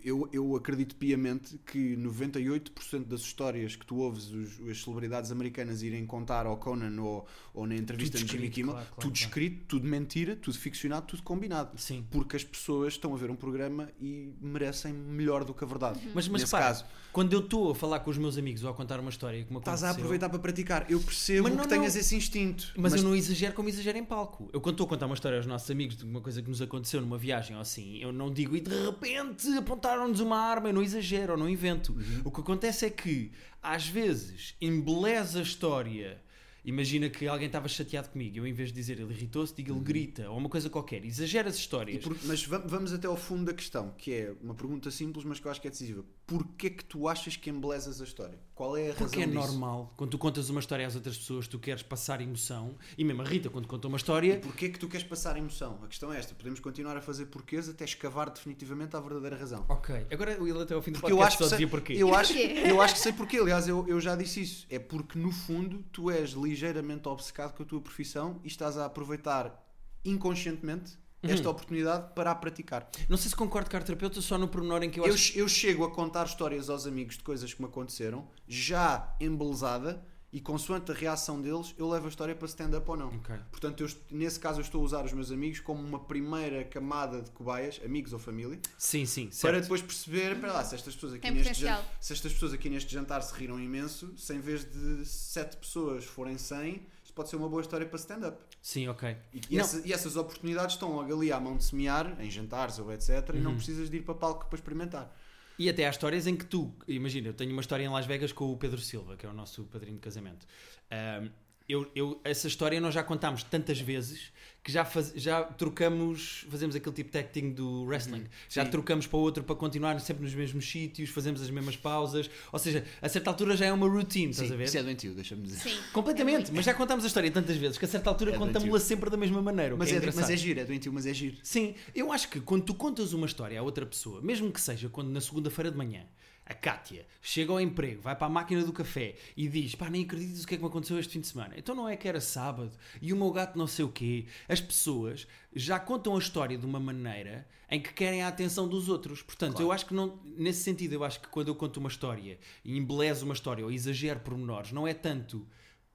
[SPEAKER 3] Eu, eu acredito piamente que 98% das histórias que tu ouves os- as celebridades americanas irem contar ao Conan ou, ou na entrevista
[SPEAKER 1] Tudo
[SPEAKER 3] de Jimmy
[SPEAKER 1] escrito,
[SPEAKER 3] Kimmel,
[SPEAKER 1] claro, claro,
[SPEAKER 3] tudo
[SPEAKER 1] claro.
[SPEAKER 3] escrito, tudo mentira, tudo ficcionado, tudo combinado.
[SPEAKER 1] Sim.
[SPEAKER 3] Porque as pessoas estão a ver um programa e merecem melhor do que a verdade.
[SPEAKER 1] Mas, mas
[SPEAKER 3] Nesse
[SPEAKER 1] repara,
[SPEAKER 3] caso,
[SPEAKER 1] quando eu estou a falar com os meus amigos ou a contar uma história que me
[SPEAKER 3] Estás a
[SPEAKER 1] aconteceu-
[SPEAKER 3] aproveitar para praticar. Eu percebo
[SPEAKER 1] Mas não,
[SPEAKER 3] que tenhas
[SPEAKER 1] não.
[SPEAKER 3] esse instinto.
[SPEAKER 1] Mas, eu não exagero como exagero em palco. Eu quando estou a contar uma história aos nossos amigos de uma coisa que nos aconteceu numa viagem ou assim, eu não digo e de repente apontaram-nos uma arma, eu não exagero, eu não invento. O que acontece é que às vezes embeleza a história. Imagina que alguém estava chateado comigo, eu em vez de dizer ele irritou-se, digo ele grita, ou uma coisa qualquer, exagera as
[SPEAKER 3] E
[SPEAKER 1] histórias.
[SPEAKER 3] por- mas va- vamos até ao fundo da questão, que é uma pergunta simples, mas que eu acho que é decisiva. Porquê que tu achas que embelezas a história? Qual é a razão
[SPEAKER 1] Porque é
[SPEAKER 3] disso?
[SPEAKER 1] normal, quando tu contas uma história às outras pessoas, tu queres passar emoção, e mesmo a Rita, quando contou uma
[SPEAKER 3] E
[SPEAKER 1] história,
[SPEAKER 3] porquê que tu queres passar emoção? A questão é esta. Podemos continuar a fazer porquês até escavar definitivamente a verdadeira razão.
[SPEAKER 1] ok, agora ele até ao fim do
[SPEAKER 3] Porque eu
[SPEAKER 1] podcast
[SPEAKER 3] acho que
[SPEAKER 1] só
[SPEAKER 3] sei,
[SPEAKER 1] dizia porquê.
[SPEAKER 3] eu acho,
[SPEAKER 2] Porquê?
[SPEAKER 3] eu acho que sei porquê. Aliás, eu, eu já disse isso. É porque no fundo tu és ligeiramente obcecado com a tua profissão e estás a aproveitar inconscientemente
[SPEAKER 1] Uhum.
[SPEAKER 3] esta oportunidade para a praticar.
[SPEAKER 1] Não sei se concordo com a terapeuta, só no pormenor em que eu,
[SPEAKER 3] Eu,
[SPEAKER 1] acho
[SPEAKER 3] che- eu chego a contar histórias aos amigos de coisas que me aconteceram, já embelezada, e consoante a reação deles, eu levo a história para stand-up ou não.
[SPEAKER 1] Ok.
[SPEAKER 3] Portanto, eu est- nesse caso, eu estou a usar os meus amigos como uma primeira camada de cobaias, amigos ou família,
[SPEAKER 1] Sim, sim,
[SPEAKER 3] para
[SPEAKER 1] certo.
[SPEAKER 3] depois perceber, espera lá, se estas, pessoas aqui
[SPEAKER 2] Tem
[SPEAKER 3] neste
[SPEAKER 2] potencial.
[SPEAKER 3] jan- se estas pessoas aqui neste jantar se riram imenso, se em vez de 7 pessoas forem 100, isto pode ser uma boa história para stand-up.
[SPEAKER 1] Sim, ok.
[SPEAKER 3] E, e
[SPEAKER 1] Não.
[SPEAKER 3] essa- e essas
[SPEAKER 1] Uhum.
[SPEAKER 3] oportunidades estão logo ali à mão de semear, em jantares ou etc, e não precisas de ir para palco para experimentar.
[SPEAKER 1] E até há histórias em que tu, imagina, eu tenho uma história em Las Vegas com o Pedro Silva, que é o nosso padrinho de casamento. Ahm, eu, eu- essa história nós já contámos tantas vezes que já, faz- já trocamos, fazemos aquele tipo de acting do wrestling.
[SPEAKER 3] Uhum.
[SPEAKER 1] Já trocamos para outro para continuar sempre nos mesmos sítios, fazemos as mesmas pausas. Ou seja, a certa altura já é uma routine, estás a ver?
[SPEAKER 3] Isso é doentio, deixa-me dizer.
[SPEAKER 2] Sim.
[SPEAKER 1] Completamente, mas já contámos a história tantas vezes que a certa altura
[SPEAKER 3] É
[SPEAKER 1] contámos-la
[SPEAKER 3] doentio.
[SPEAKER 1] sempre da mesma maneira. o que
[SPEAKER 3] Mas, é,
[SPEAKER 1] engraçado.
[SPEAKER 3] mas é giro, é doentio, mas é giro.
[SPEAKER 1] Sim, eu acho que quando tu contas uma história a outra pessoa, mesmo que seja quando na segunda-feira de manhã a Kátia chega ao emprego, vai para a máquina do café e diz: pá, nem acreditas o que é que me aconteceu este fim de semana. Então não é que era sábado e o meu gato não sei o quê. As pessoas já contam a história de uma maneira em que querem a atenção dos outros. Portanto, eu acho que não, nesse sentido, eu acho que quando eu conto uma história e embelezo uma história ou exagero pormenores, não é tanto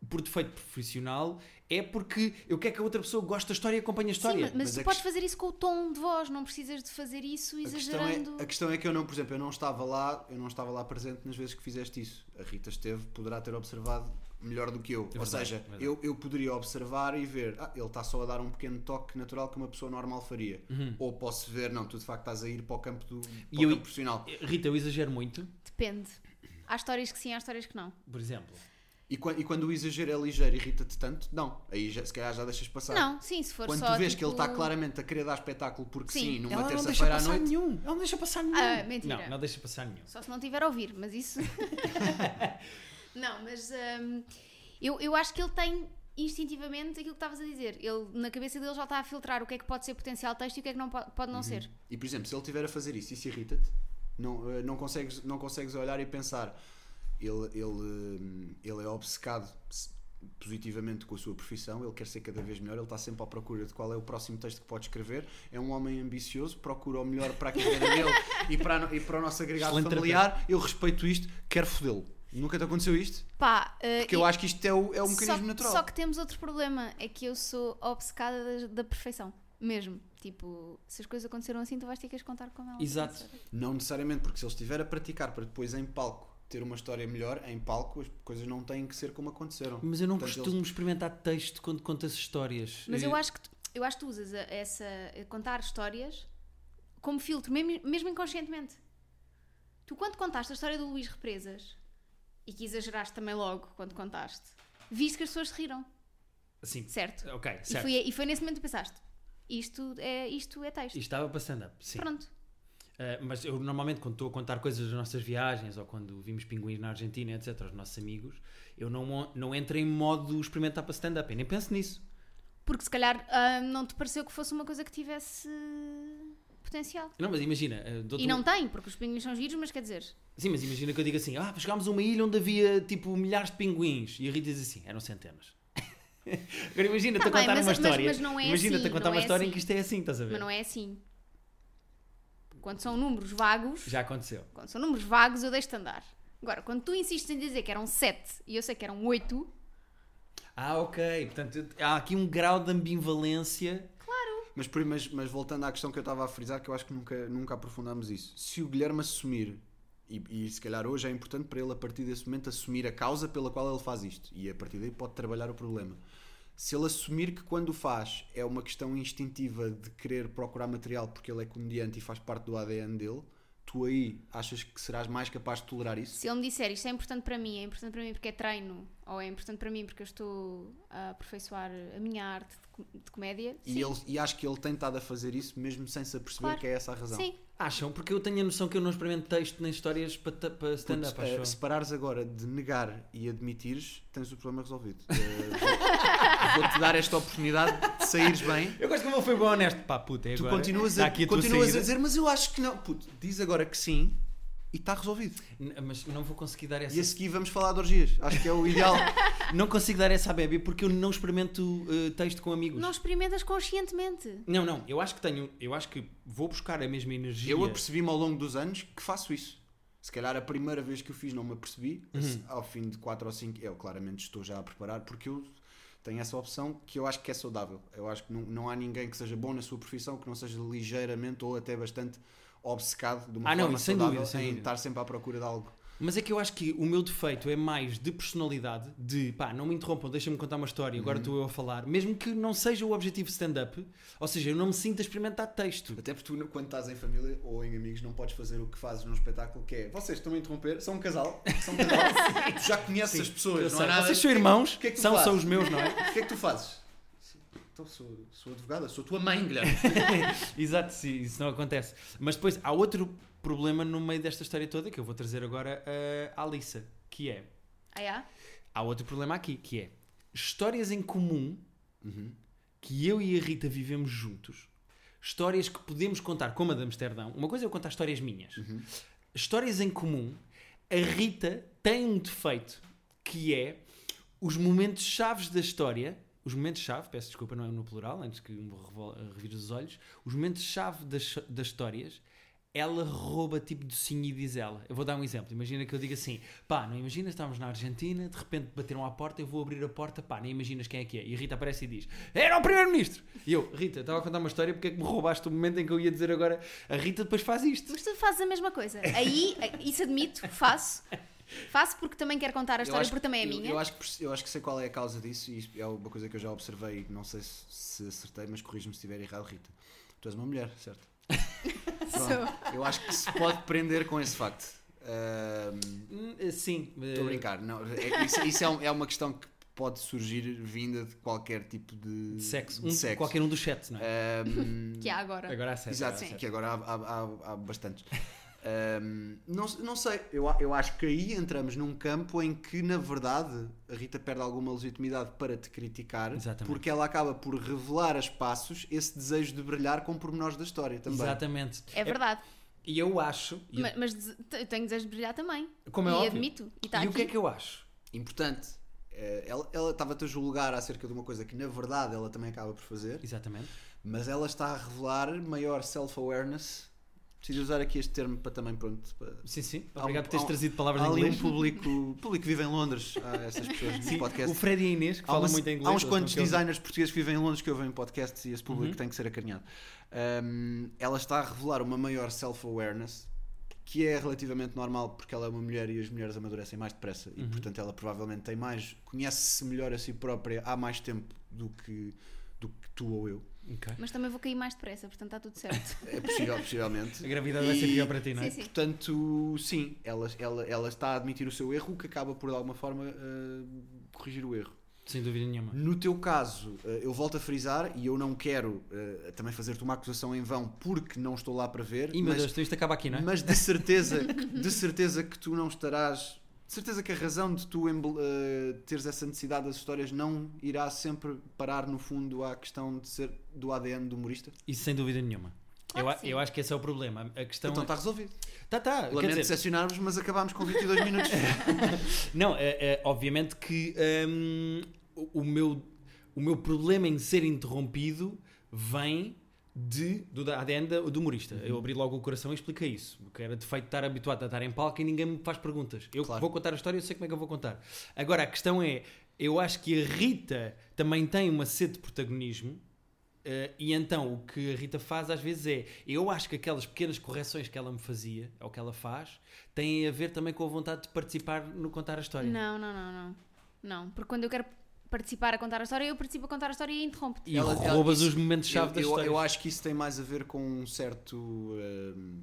[SPEAKER 1] por defeito profissional, é porque eu quero que a outra pessoa goste da história e acompanhe a
[SPEAKER 2] Sim,
[SPEAKER 1] história.
[SPEAKER 2] mas, mas
[SPEAKER 3] Mas
[SPEAKER 2] tu
[SPEAKER 3] é
[SPEAKER 2] podes
[SPEAKER 3] que-
[SPEAKER 2] fazer isso com o tom de voz, não precisas de fazer isso
[SPEAKER 3] A questão, é,
[SPEAKER 2] exagerando.
[SPEAKER 3] a questão é que eu não, por exemplo, eu não estava lá, eu não estava lá presente nas vezes que fizeste isso. A Rita esteve, poderá ter observado melhor do que eu. Ou
[SPEAKER 1] verdade, é
[SPEAKER 3] seja,
[SPEAKER 1] verdade.
[SPEAKER 3] eu, eu poderia observar e ver, ah, ele está só a dar um pequeno toque natural que uma pessoa normal faria. Ou posso ver, não, tu de facto estás a ir para o campo do para o
[SPEAKER 1] Uhum. eu-
[SPEAKER 3] campo profissional.
[SPEAKER 1] Rita, eu exagero muito,
[SPEAKER 2] Depende. Há histórias que sim, há histórias que não.
[SPEAKER 1] por exemplo.
[SPEAKER 3] E, quan- e quando o exagero é ligeiro, irrita-te tanto? Não. Aí já, se calhar já deixas passar.
[SPEAKER 2] Não, sim, se for
[SPEAKER 3] Quando
[SPEAKER 2] só.
[SPEAKER 3] tu vês
[SPEAKER 2] tipo...
[SPEAKER 3] que ele tá está claramente a querer dar espetáculo porque
[SPEAKER 2] Sim.
[SPEAKER 3] sim,
[SPEAKER 1] ela
[SPEAKER 3] numa
[SPEAKER 1] não deixa
[SPEAKER 3] terça-feira à
[SPEAKER 1] passar
[SPEAKER 3] noite.
[SPEAKER 1] nenhum. Ela não deixa passar nenhum.
[SPEAKER 2] Ah, mentira.
[SPEAKER 1] Não, não deixa passar nenhum.
[SPEAKER 2] Só se não tiver a ouvir, mas isso. (laughs) não, mas hum, eu, eu acho que ele tem instintivamente aquilo que estavas a dizer. Ele, na cabeça dele, já está a filtrar o que é que pode ser potencial texto e o que é que não pode, pode não ser.
[SPEAKER 3] E por exemplo, se ele estiver a fazer isso, isso irrita-te? Não, eh, não, consegues, não consegues olhar e pensar. Ele, ele, hum, ele é obcecado s- positivamente com a sua profissão, ele quer ser cada vez melhor, ele está sempre à procura de qual é o próximo texto que pode escrever. É um homem ambicioso, procura o melhor para a carreira dele e para, a no- e para o nosso agregado
[SPEAKER 1] Excelente
[SPEAKER 3] familiar. Eu respeito isto, quero fodê-lo. Nunca te aconteceu isto?
[SPEAKER 2] Pá, uh,
[SPEAKER 3] Porque eu
[SPEAKER 2] e-
[SPEAKER 3] acho que isto é, o- é um mecanismo
[SPEAKER 2] só,
[SPEAKER 3] natural.
[SPEAKER 2] Só que temos outro problema, é que eu sou obcecada da, da perfeição. Mesmo. Tipo, se as coisas aconteceram assim, tu vais ter que as contar como elas
[SPEAKER 1] Exato.
[SPEAKER 2] aconteceram.
[SPEAKER 3] Não necessariamente, porque se ele estiver a praticar para depois em palco ter uma história melhor, em palco as coisas não têm que ser como aconteceram.
[SPEAKER 1] Mas eu não
[SPEAKER 3] Portanto,
[SPEAKER 1] costumo experimentar texto quando contas histórias.
[SPEAKER 2] Mas
[SPEAKER 1] Eh,
[SPEAKER 2] eu acho que tu, eu acho que tu usas a- essa a contar histórias como filtro, mesmo, mesmo inconscientemente. Tu quando contaste a história do Luís Represas e que exageraste também logo quando contaste, viste que as pessoas se riram,
[SPEAKER 1] Sim.
[SPEAKER 2] certo?
[SPEAKER 1] Ok,
[SPEAKER 2] E
[SPEAKER 1] certo.
[SPEAKER 2] foi, e foi nesse momento que pensaste, isto é, isto é texto.
[SPEAKER 1] E estava para stand-up, sim.
[SPEAKER 2] Pronto.
[SPEAKER 1] Eh, mas eu normalmente quando estou a contar coisas das nossas viagens ou quando vimos pinguins na Argentina, etc., aos nossos amigos, eu não, não entro em modo experimentar para stand-up. Eu nem penso nisso.
[SPEAKER 2] Porque se calhar ah, não te pareceu que fosse uma coisa que tivesse potencial.
[SPEAKER 1] Não, mas imagina. eh, dou-te
[SPEAKER 2] E
[SPEAKER 1] um-
[SPEAKER 2] não tem, porque os pinguins são giros, mas quer dizer,
[SPEAKER 1] Sim, mas imagina que eu diga assim: ah, chegámos a uma ilha onde havia tipo milhares de pinguins. E a Rita diz assim: eram centenas. (laughs) Agora imagina-te
[SPEAKER 2] Tá
[SPEAKER 1] a
[SPEAKER 2] bem,
[SPEAKER 1] contar uma
[SPEAKER 2] mas- mas-
[SPEAKER 1] história.
[SPEAKER 2] mas não é
[SPEAKER 1] imagina-te
[SPEAKER 2] assim,
[SPEAKER 1] a contar
[SPEAKER 2] não
[SPEAKER 1] uma
[SPEAKER 2] é
[SPEAKER 1] história em
[SPEAKER 2] assim.
[SPEAKER 1] que isto é assim, estás a ver?
[SPEAKER 2] mas não é assim. Quando são números vagos,
[SPEAKER 1] Já aconteceu.
[SPEAKER 2] Quando são números vagos, eu deixo-te andar. Agora, quando tu insistes em dizer que eram 7 e eu sei que eram 8,
[SPEAKER 1] Ah, ok. Portanto, há aqui um grau de ambivalência.
[SPEAKER 3] Mas, por- mas- mas voltando à questão que eu estava a frisar, que eu acho que nunca, nunca aprofundámos isso. Se o Guilherme assumir, e, e se calhar hoje é importante para ele a partir desse momento assumir a causa pela qual ele faz isto, e a partir daí pode trabalhar o problema. Se ele assumir que quando o faz é uma questão instintiva de querer procurar material porque ele é comediante e faz parte do ADN dele, tu aí achas que serás mais capaz de tolerar isso?
[SPEAKER 2] se ele me disser isto é importante para mim, é importante para mim porque é treino, ou é importante para mim porque eu estou a aperfeiçoar a minha arte de, co- de comédia,
[SPEAKER 3] E, ele, e acho que ele tem estado a fazer isso mesmo sem se aperceber
[SPEAKER 2] Claro.
[SPEAKER 3] que é essa a razão.
[SPEAKER 2] sim,
[SPEAKER 1] Acham? Porque eu tenho a noção que eu não experimento texto nem histórias para, ta- para
[SPEAKER 3] Porque,
[SPEAKER 1] stand-up,
[SPEAKER 3] eh,
[SPEAKER 1] acho eu.
[SPEAKER 3] se parares agora de negar e admitires, tens o problema resolvido. Eh, vou- Vou-te dar esta oportunidade de saíres bem.
[SPEAKER 1] Eu gosto como ele foi bom honesto. Pá, puta, é
[SPEAKER 3] Tu
[SPEAKER 1] agora.
[SPEAKER 3] continuas,
[SPEAKER 1] Dá
[SPEAKER 3] a,
[SPEAKER 1] aqui a tua
[SPEAKER 3] continuas a
[SPEAKER 1] saída.
[SPEAKER 3] dizer, mas eu acho que não. Puto, diz agora que sim e está resolvido.
[SPEAKER 1] N- Mas não vou conseguir dar essa.
[SPEAKER 3] E a seguir vamos falar de orgias. Acho que é
[SPEAKER 1] (laughs)
[SPEAKER 3] o ideal.
[SPEAKER 1] Não consigo dar essa à Bebe porque eu não experimento eh, texto com amigos.
[SPEAKER 2] não experimentas conscientemente.
[SPEAKER 1] Não, não, eu acho que tenho, eu acho que vou buscar a mesma energia.
[SPEAKER 3] eu apercebi-me ao longo dos anos que faço isso. Se calhar a primeira vez que eu fiz não me apercebi.
[SPEAKER 1] Uhum.
[SPEAKER 3] Se- Ao fim de 4 ou 5, eu claramente estou já a preparar porque eu tenho essa opção que eu acho que é saudável. Eu acho que não, não há ninguém que seja bom na sua profissão que não seja ligeiramente ou até bastante obcecado de uma
[SPEAKER 1] Ah, não,
[SPEAKER 3] forma
[SPEAKER 1] isso sem
[SPEAKER 3] saudável
[SPEAKER 1] dúvida, sem
[SPEAKER 3] em
[SPEAKER 1] dúvida.
[SPEAKER 3] estar sempre à procura de algo.
[SPEAKER 1] Mas é que eu acho que o meu defeito é mais de personalidade, de pá, não me interrompam, deixem-me contar uma história,
[SPEAKER 3] Uhum.
[SPEAKER 1] agora estou eu a falar, mesmo que não seja o objetivo stand-up, ou seja, eu não me sinto a experimentar texto.
[SPEAKER 3] Até porque tu, quando estás em família ou em amigos, não podes fazer o que fazes num espetáculo, que é vocês estão a interromper, são um casal, são
[SPEAKER 1] (laughs)
[SPEAKER 3] um casal, tu já conheces as
[SPEAKER 1] Eu
[SPEAKER 3] pessoas, não
[SPEAKER 1] sei,
[SPEAKER 3] é nada.
[SPEAKER 1] Vocês são irmãos,
[SPEAKER 3] O que é que tu
[SPEAKER 1] são,
[SPEAKER 3] fazes?
[SPEAKER 1] são os meus,
[SPEAKER 3] (laughs)
[SPEAKER 1] não é?
[SPEAKER 3] O que é que tu fazes? Então sou, sou advogada, sou tua mãe, Guilherme.
[SPEAKER 1] Exato, sim, isso não acontece. Mas depois há outro problema no meio desta história toda que eu vou trazer agora eh, à Alissa, que é
[SPEAKER 2] Ah, yeah?
[SPEAKER 1] há outro problema aqui, que é histórias em comum
[SPEAKER 3] Uhum.
[SPEAKER 1] que eu e a Rita vivemos juntos, histórias que podemos contar, como a de Amsterdão. Uma coisa é eu contar histórias minhas, histórias em comum. A Rita tem um defeito que é os momentos chaves da história. Os momentos chave, peço desculpa, não é no plural, antes que me revol- revire os olhos. Os momentos chave das, das histórias, ela rouba tipo docinho e diz ela. Eu vou dar um exemplo. Imagina que eu diga assim: pá, não imaginas, estávamos na Argentina, de repente bateram à porta, eu vou abrir a porta, pá, nem imaginas quem é que é. E a Rita aparece e diz: era o Primeiro-Ministro! E eu, Rita, estava a contar uma história, porque é que me roubaste o momento em que eu ia dizer agora. A Rita depois faz isto.
[SPEAKER 2] Mas tu fazes a mesma coisa. Aí, eh, isso admito, faço. Faço porque também quero contar a
[SPEAKER 3] Eu
[SPEAKER 2] história,
[SPEAKER 3] acho
[SPEAKER 2] porque também é
[SPEAKER 3] que- eu-
[SPEAKER 2] minha.
[SPEAKER 3] Eu, acho que, perce- eu acho que sei qual é a causa disso e isto é uma coisa que eu já observei e não sei se, se acertei, mas corrijo-me se estiver errado, Rita. Tu és uma mulher,
[SPEAKER 2] (laughs)
[SPEAKER 3] certo?
[SPEAKER 2] Sou.
[SPEAKER 3] Eu acho que se pode prender com esse facto. Ahm,
[SPEAKER 1] Hum, Sim.
[SPEAKER 3] Estou a brincar. Não, é- isso isso é, um- é uma questão que pode surgir vinda de qualquer tipo de,
[SPEAKER 1] De sexo.
[SPEAKER 3] de
[SPEAKER 1] Um-
[SPEAKER 3] sexo.
[SPEAKER 1] Qualquer um dos sete, não é?
[SPEAKER 3] Ahm,
[SPEAKER 2] (laughs) Que há agora.
[SPEAKER 1] Agora é há sete.
[SPEAKER 3] Exato,
[SPEAKER 2] Sim.
[SPEAKER 3] que agora há, há, há- há bastantes. Ahm, não, não sei, eu, a- eu acho que aí entramos num campo em que, na verdade, a Rita perde alguma legitimidade para te criticar,
[SPEAKER 1] Exatamente.
[SPEAKER 3] porque ela acaba por revelar a espaços esse desejo de brilhar com pormenores da história também.
[SPEAKER 1] Exatamente.
[SPEAKER 2] É verdade.
[SPEAKER 1] E eu acho. e-
[SPEAKER 2] Ma- Mas, dese- te- eu tenho desejo de brilhar também.
[SPEAKER 1] Como é
[SPEAKER 2] e
[SPEAKER 1] óbvio.
[SPEAKER 2] admito. E está
[SPEAKER 1] e o que é
[SPEAKER 2] aqui.
[SPEAKER 1] que eu acho?
[SPEAKER 3] Importante. Eh, Ela ela estava-te a julgar acerca de uma coisa que, na verdade, ela também acaba por fazer,
[SPEAKER 1] Exatamente.
[SPEAKER 3] mas ela está a revelar maior self-awareness. Preciso usar aqui este termo para também, pronto, para,
[SPEAKER 1] Sim, sim.
[SPEAKER 3] Há um-
[SPEAKER 1] Obrigado por teres
[SPEAKER 3] há um-
[SPEAKER 1] trazido palavras
[SPEAKER 3] Há
[SPEAKER 1] em
[SPEAKER 3] ali
[SPEAKER 1] inglês.
[SPEAKER 3] um público, público que vive em Londres. Há essas pessoas no
[SPEAKER 1] Sim,
[SPEAKER 3] podcast.
[SPEAKER 1] O Fred e a Inês, que
[SPEAKER 3] Há,
[SPEAKER 1] falam
[SPEAKER 3] umas-
[SPEAKER 1] muito em inglês.
[SPEAKER 3] há uns
[SPEAKER 1] eles
[SPEAKER 3] quantos
[SPEAKER 1] não querem-
[SPEAKER 3] designers portugueses que vivem em Londres que ouvem podcasts e esse público
[SPEAKER 1] Uhum.
[SPEAKER 3] tem que ser acarinhado. Hum, ela está a revelar uma maior self-awareness que é relativamente normal porque ela é uma mulher e as mulheres amadurecem mais depressa
[SPEAKER 1] Uhum.
[SPEAKER 3] e portanto ela provavelmente tem mais conhece-se melhor a si própria há mais tempo do que do que tu ou eu
[SPEAKER 1] Ok.
[SPEAKER 2] Mas também vou cair mais depressa, portanto está tudo
[SPEAKER 1] (laughs)
[SPEAKER 2] certo.
[SPEAKER 3] é possível possivelmente
[SPEAKER 1] A gravidade vai ser
[SPEAKER 3] E-
[SPEAKER 1] pior para ti, não é?
[SPEAKER 2] sim, sim.
[SPEAKER 3] Portanto, sim, ela, ela, ela está a admitir o seu erro, o que acaba por, de alguma forma, eh, corrigir o erro.
[SPEAKER 1] Sem dúvida nenhuma.
[SPEAKER 3] No teu caso, eh, eu volto a frisar e eu não quero eh, também fazer-te uma acusação em vão porque não estou lá para ver,
[SPEAKER 1] E meu
[SPEAKER 3] mas,
[SPEAKER 1] Deus, então isto acaba aqui, não é?
[SPEAKER 3] mas de, certeza, que- de certeza que tu não estarás. De certeza que a razão de tu embel- eh, teres essa necessidade das histórias não irá sempre parar no fundo à questão de ser do ADN do humorista.
[SPEAKER 1] Isso sem dúvida nenhuma.
[SPEAKER 2] Claro
[SPEAKER 1] eu,
[SPEAKER 2] que
[SPEAKER 1] a-
[SPEAKER 2] sim.
[SPEAKER 1] eu acho que esse é o problema. A questão.
[SPEAKER 3] então está resolvido.
[SPEAKER 1] Tá, tá. Quer
[SPEAKER 3] Lamento
[SPEAKER 1] dizer,
[SPEAKER 3] decepcionar-vos, mas acabámos com 22 minutos.
[SPEAKER 1] (laughs) Não, é, é, obviamente que hum, o, o meu, o meu problema em ser interrompido vem de, do da ADN da- do humorista. Eu abri logo o coração e expliquei isso. Que era de feito estar habituado a estar em palco e ninguém me faz perguntas. Eu
[SPEAKER 3] Claro.
[SPEAKER 1] vou contar a história, eu sei como é que eu vou contar. Agora, a questão é, eu acho que a Rita também tem uma sede de protagonismo eh, e então o que a Rita faz às vezes é, eu acho que aquelas pequenas correções que ela me fazia, ou que ela faz, têm a ver também com a vontade de participar no contar a história.
[SPEAKER 2] Não, não, não, não. Não, porque quando eu quero participar a contar a história, eu participo a contar a história e interrompo-te.
[SPEAKER 1] E
[SPEAKER 3] Ela- ela-
[SPEAKER 1] roubas
[SPEAKER 3] isso-
[SPEAKER 1] os momentos-chave da
[SPEAKER 3] eu, eu,
[SPEAKER 1] história.
[SPEAKER 3] eu acho que isso tem mais a ver com um certo hum,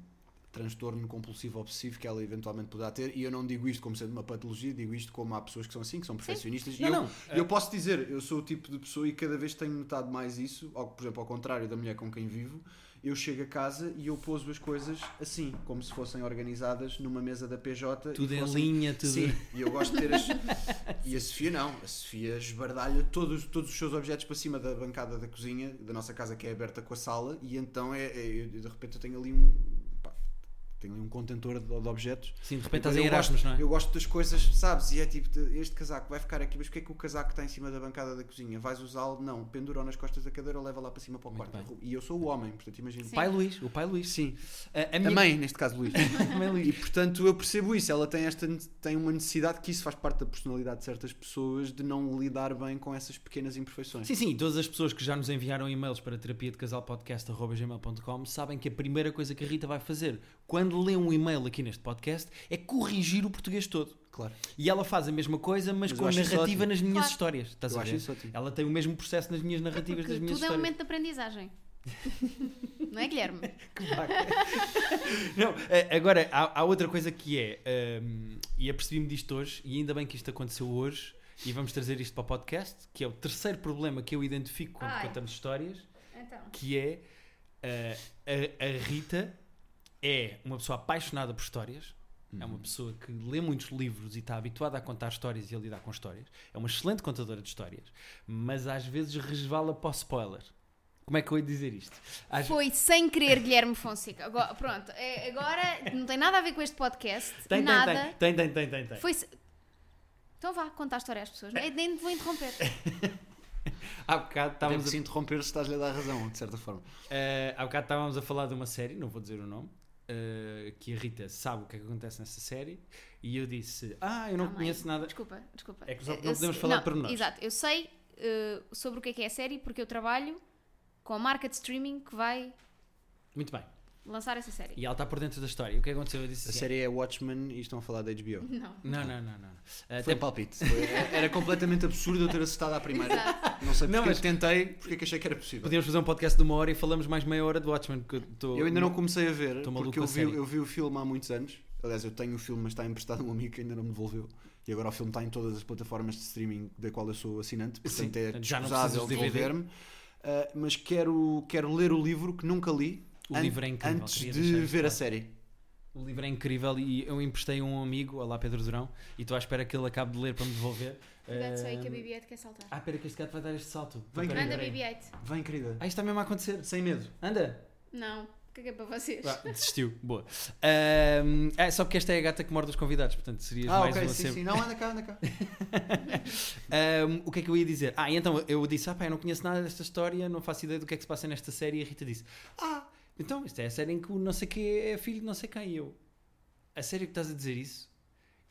[SPEAKER 3] transtorno compulsivo obsessivo que ela eventualmente poderá ter. E eu não digo isto como sendo uma patologia, digo isto como há pessoas que são assim, que são perfeccionistas. E
[SPEAKER 1] Não,
[SPEAKER 3] eu,
[SPEAKER 1] não.
[SPEAKER 3] e eu posso dizer, eu sou o tipo de pessoa e cada vez tenho notado mais isso, ao, por exemplo, ao contrário da mulher com quem vivo. Eu chego a casa e eu pouso as coisas assim, como se fossem organizadas numa mesa da PJ. e
[SPEAKER 1] Tudo em
[SPEAKER 3] fossem-
[SPEAKER 1] linha, tudo.
[SPEAKER 3] Sim, e eu gosto de ter as. e a Sofia não. A Sofia esbardalha todos, todos os seus objetos para cima da bancada da cozinha, da nossa casa que é aberta com a sala, e então é, é- eu- de repente eu tenho ali um. pá, tenho ali um contentor de, de objetos.
[SPEAKER 1] Sim, de
[SPEAKER 3] E
[SPEAKER 1] repente estás
[SPEAKER 3] depois
[SPEAKER 1] em
[SPEAKER 3] eu
[SPEAKER 1] Erasmus,
[SPEAKER 3] gosto,
[SPEAKER 1] não é?
[SPEAKER 3] Eu gosto das coisas, sabes? E é tipo, de- este casaco vai ficar aqui, mas porque é que o casaco está em cima da bancada da cozinha? Vais usá-lo? Não. Pendura-o nas costas da cadeira, leva lá para cima para o
[SPEAKER 1] Muito
[SPEAKER 3] quarto. E eu sou o homem, portanto imagino.
[SPEAKER 2] Sim.
[SPEAKER 1] Pai Luís, o pai Luís.
[SPEAKER 3] Sim.
[SPEAKER 1] A, a
[SPEAKER 3] A
[SPEAKER 1] minha...
[SPEAKER 3] mãe, neste caso, Luís.
[SPEAKER 1] (laughs) a mãe Luís.
[SPEAKER 3] E portanto eu percebo isso, ela tem, esta, tem uma necessidade que isso faz parte da personalidade de certas pessoas de não lidar bem com essas pequenas imperfeições.
[SPEAKER 1] Sim, sim, todas as pessoas que já nos enviaram e-mails para terapia de casal sabem que a primeira coisa que a Rita vai fazer quando quando lê um e-mail aqui neste podcast, é corrigir o português todo.
[SPEAKER 3] Claro.
[SPEAKER 1] E ela faz a mesma coisa, mas,
[SPEAKER 3] Mas eu
[SPEAKER 1] com
[SPEAKER 3] acho isso
[SPEAKER 1] narrativa
[SPEAKER 3] ótimo.
[SPEAKER 1] nas minhas
[SPEAKER 2] Claro.
[SPEAKER 1] histórias. Estás
[SPEAKER 3] Eu
[SPEAKER 1] a
[SPEAKER 3] acho
[SPEAKER 1] ver?
[SPEAKER 3] isso ótimo.
[SPEAKER 1] Ela tem o mesmo processo nas minhas narrativas
[SPEAKER 2] Porque
[SPEAKER 1] das
[SPEAKER 2] tudo
[SPEAKER 1] minhas
[SPEAKER 2] é um
[SPEAKER 1] histórias.
[SPEAKER 2] momento de aprendizagem.
[SPEAKER 1] (laughs)
[SPEAKER 2] Não é, Guilherme?
[SPEAKER 1] Não, eh, agora, há, há outra coisa que é, ehm, e apercebi-me disto hoje, e ainda bem que isto aconteceu hoje, e vamos trazer isto para o podcast, que é o terceiro problema que eu identifico quando
[SPEAKER 2] Ai.
[SPEAKER 1] contamos histórias,
[SPEAKER 2] Então.
[SPEAKER 1] que é eh, a, a Rita é uma pessoa apaixonada por histórias, é
[SPEAKER 3] Uhum.
[SPEAKER 1] uma pessoa que lê muitos livros e está habituada a contar histórias e a lidar com histórias, é uma excelente contadora de histórias, mas às vezes resvala para o spoiler. Como é que eu ia dizer isto? Às-
[SPEAKER 2] Foi sem querer Guilherme Fonseca. Agora, pronto, é- agora não tem nada a ver com este podcast.
[SPEAKER 1] Tem, tem,
[SPEAKER 2] nada.
[SPEAKER 1] tem, tem, tem, tem, tem, tem.
[SPEAKER 2] Foi. se- Então vá, conta a história às pessoas. Nem, nem te vou interromper.
[SPEAKER 1] (laughs) Há bocado
[SPEAKER 3] Estávamos
[SPEAKER 1] estávamos
[SPEAKER 3] a
[SPEAKER 1] a
[SPEAKER 3] se interromper se estás-lhe a dar razão, de certa forma.
[SPEAKER 1] Eh, há bocado estávamos a falar de uma série, não vou dizer o nome, eh, que a Rita sabe o que é que acontece nessa série, e eu disse: Ah, eu não
[SPEAKER 2] Ah, mãe,
[SPEAKER 1] conheço nada.
[SPEAKER 2] Desculpa, desculpa.
[SPEAKER 1] É que só-
[SPEAKER 2] Eu-
[SPEAKER 1] não
[SPEAKER 2] eu
[SPEAKER 1] podemos
[SPEAKER 2] sei-
[SPEAKER 1] falar
[SPEAKER 2] não,
[SPEAKER 1] de pormenores.
[SPEAKER 2] Exato, eu sei eh, sobre o que é que é a série porque eu trabalho com a marca de streaming que vai
[SPEAKER 1] Muito bem.
[SPEAKER 2] lançar essa série.
[SPEAKER 1] E ela está por dentro da história. O que aconteceu? Eu disse:
[SPEAKER 3] A
[SPEAKER 1] assim,
[SPEAKER 3] série é Watchmen e estão a falar da HBO.
[SPEAKER 2] Não.
[SPEAKER 1] Não, não, não. não. Eh,
[SPEAKER 3] Foi
[SPEAKER 1] Hum. até-
[SPEAKER 3] um palpite. Foi- era completamente absurdo eu ter acertado à primeira. Não sei porque
[SPEAKER 1] Não, mas-
[SPEAKER 3] tentei, porque é que achei que era possível.
[SPEAKER 1] podíamos fazer um podcast de uma hora e falamos mais meia hora de Watchmen. Que eu, tô-
[SPEAKER 3] Eu ainda não comecei a ver,
[SPEAKER 1] Tô maluco
[SPEAKER 3] porque
[SPEAKER 1] com
[SPEAKER 3] eu
[SPEAKER 1] a
[SPEAKER 3] vi,
[SPEAKER 1] série.
[SPEAKER 3] eu vi o filme há muitos anos. Aliás, eu tenho o filme, mas está emprestado a um amigo que ainda não me devolveu. E agora o filme está em todas as plataformas de streaming da qual eu sou assinante,
[SPEAKER 1] Sim,
[SPEAKER 3] portanto é
[SPEAKER 1] portanto já não
[SPEAKER 3] descusável
[SPEAKER 1] precisas de DVD.
[SPEAKER 3] devolver-me. Ah, mas quero, quero ler o livro que nunca li
[SPEAKER 1] O
[SPEAKER 3] an-
[SPEAKER 1] livro é incrível,
[SPEAKER 3] antes
[SPEAKER 1] queria
[SPEAKER 3] de
[SPEAKER 1] deixar
[SPEAKER 3] ver
[SPEAKER 1] isto
[SPEAKER 3] a
[SPEAKER 1] claro.
[SPEAKER 3] série.
[SPEAKER 1] O livro é incrível e eu emprestei a um amigo, olá Pedro Durão, e estou à espera que ele acabe de ler para me devolver.
[SPEAKER 2] Cuidado só aí que a
[SPEAKER 1] Eh,
[SPEAKER 2] BB-8 quer saltar.
[SPEAKER 1] Ah, espera, que este gato vai dar este salto.
[SPEAKER 3] Vem,
[SPEAKER 1] Espera aí,
[SPEAKER 2] Anda,
[SPEAKER 1] espera aí.
[SPEAKER 2] BB-8.
[SPEAKER 3] Vem, querida.
[SPEAKER 1] Ah, isto está mesmo a acontecer.
[SPEAKER 3] Sem medo.
[SPEAKER 1] Anda!
[SPEAKER 2] (laughs) Não, caguei é para vocês.
[SPEAKER 1] Ah, desistiu, boa. Ahm, é só porque esta é a gata que morde os convidados, portanto serias
[SPEAKER 3] Ah,
[SPEAKER 1] mais
[SPEAKER 3] ok,
[SPEAKER 1] uma
[SPEAKER 3] sim,
[SPEAKER 1] sempre.
[SPEAKER 3] sim. Não, anda cá,
[SPEAKER 2] (laughs)
[SPEAKER 3] anda cá.
[SPEAKER 1] Ahm, o que é que eu ia dizer? Ah, então eu disse, ah pá, eu não conheço nada desta história, não faço ideia do que é que se passa nesta série. E a Rita disse, ah, então isto é a série em que o não sei quê é filho de não sei quem. E eu, a sério que estás a dizer isso?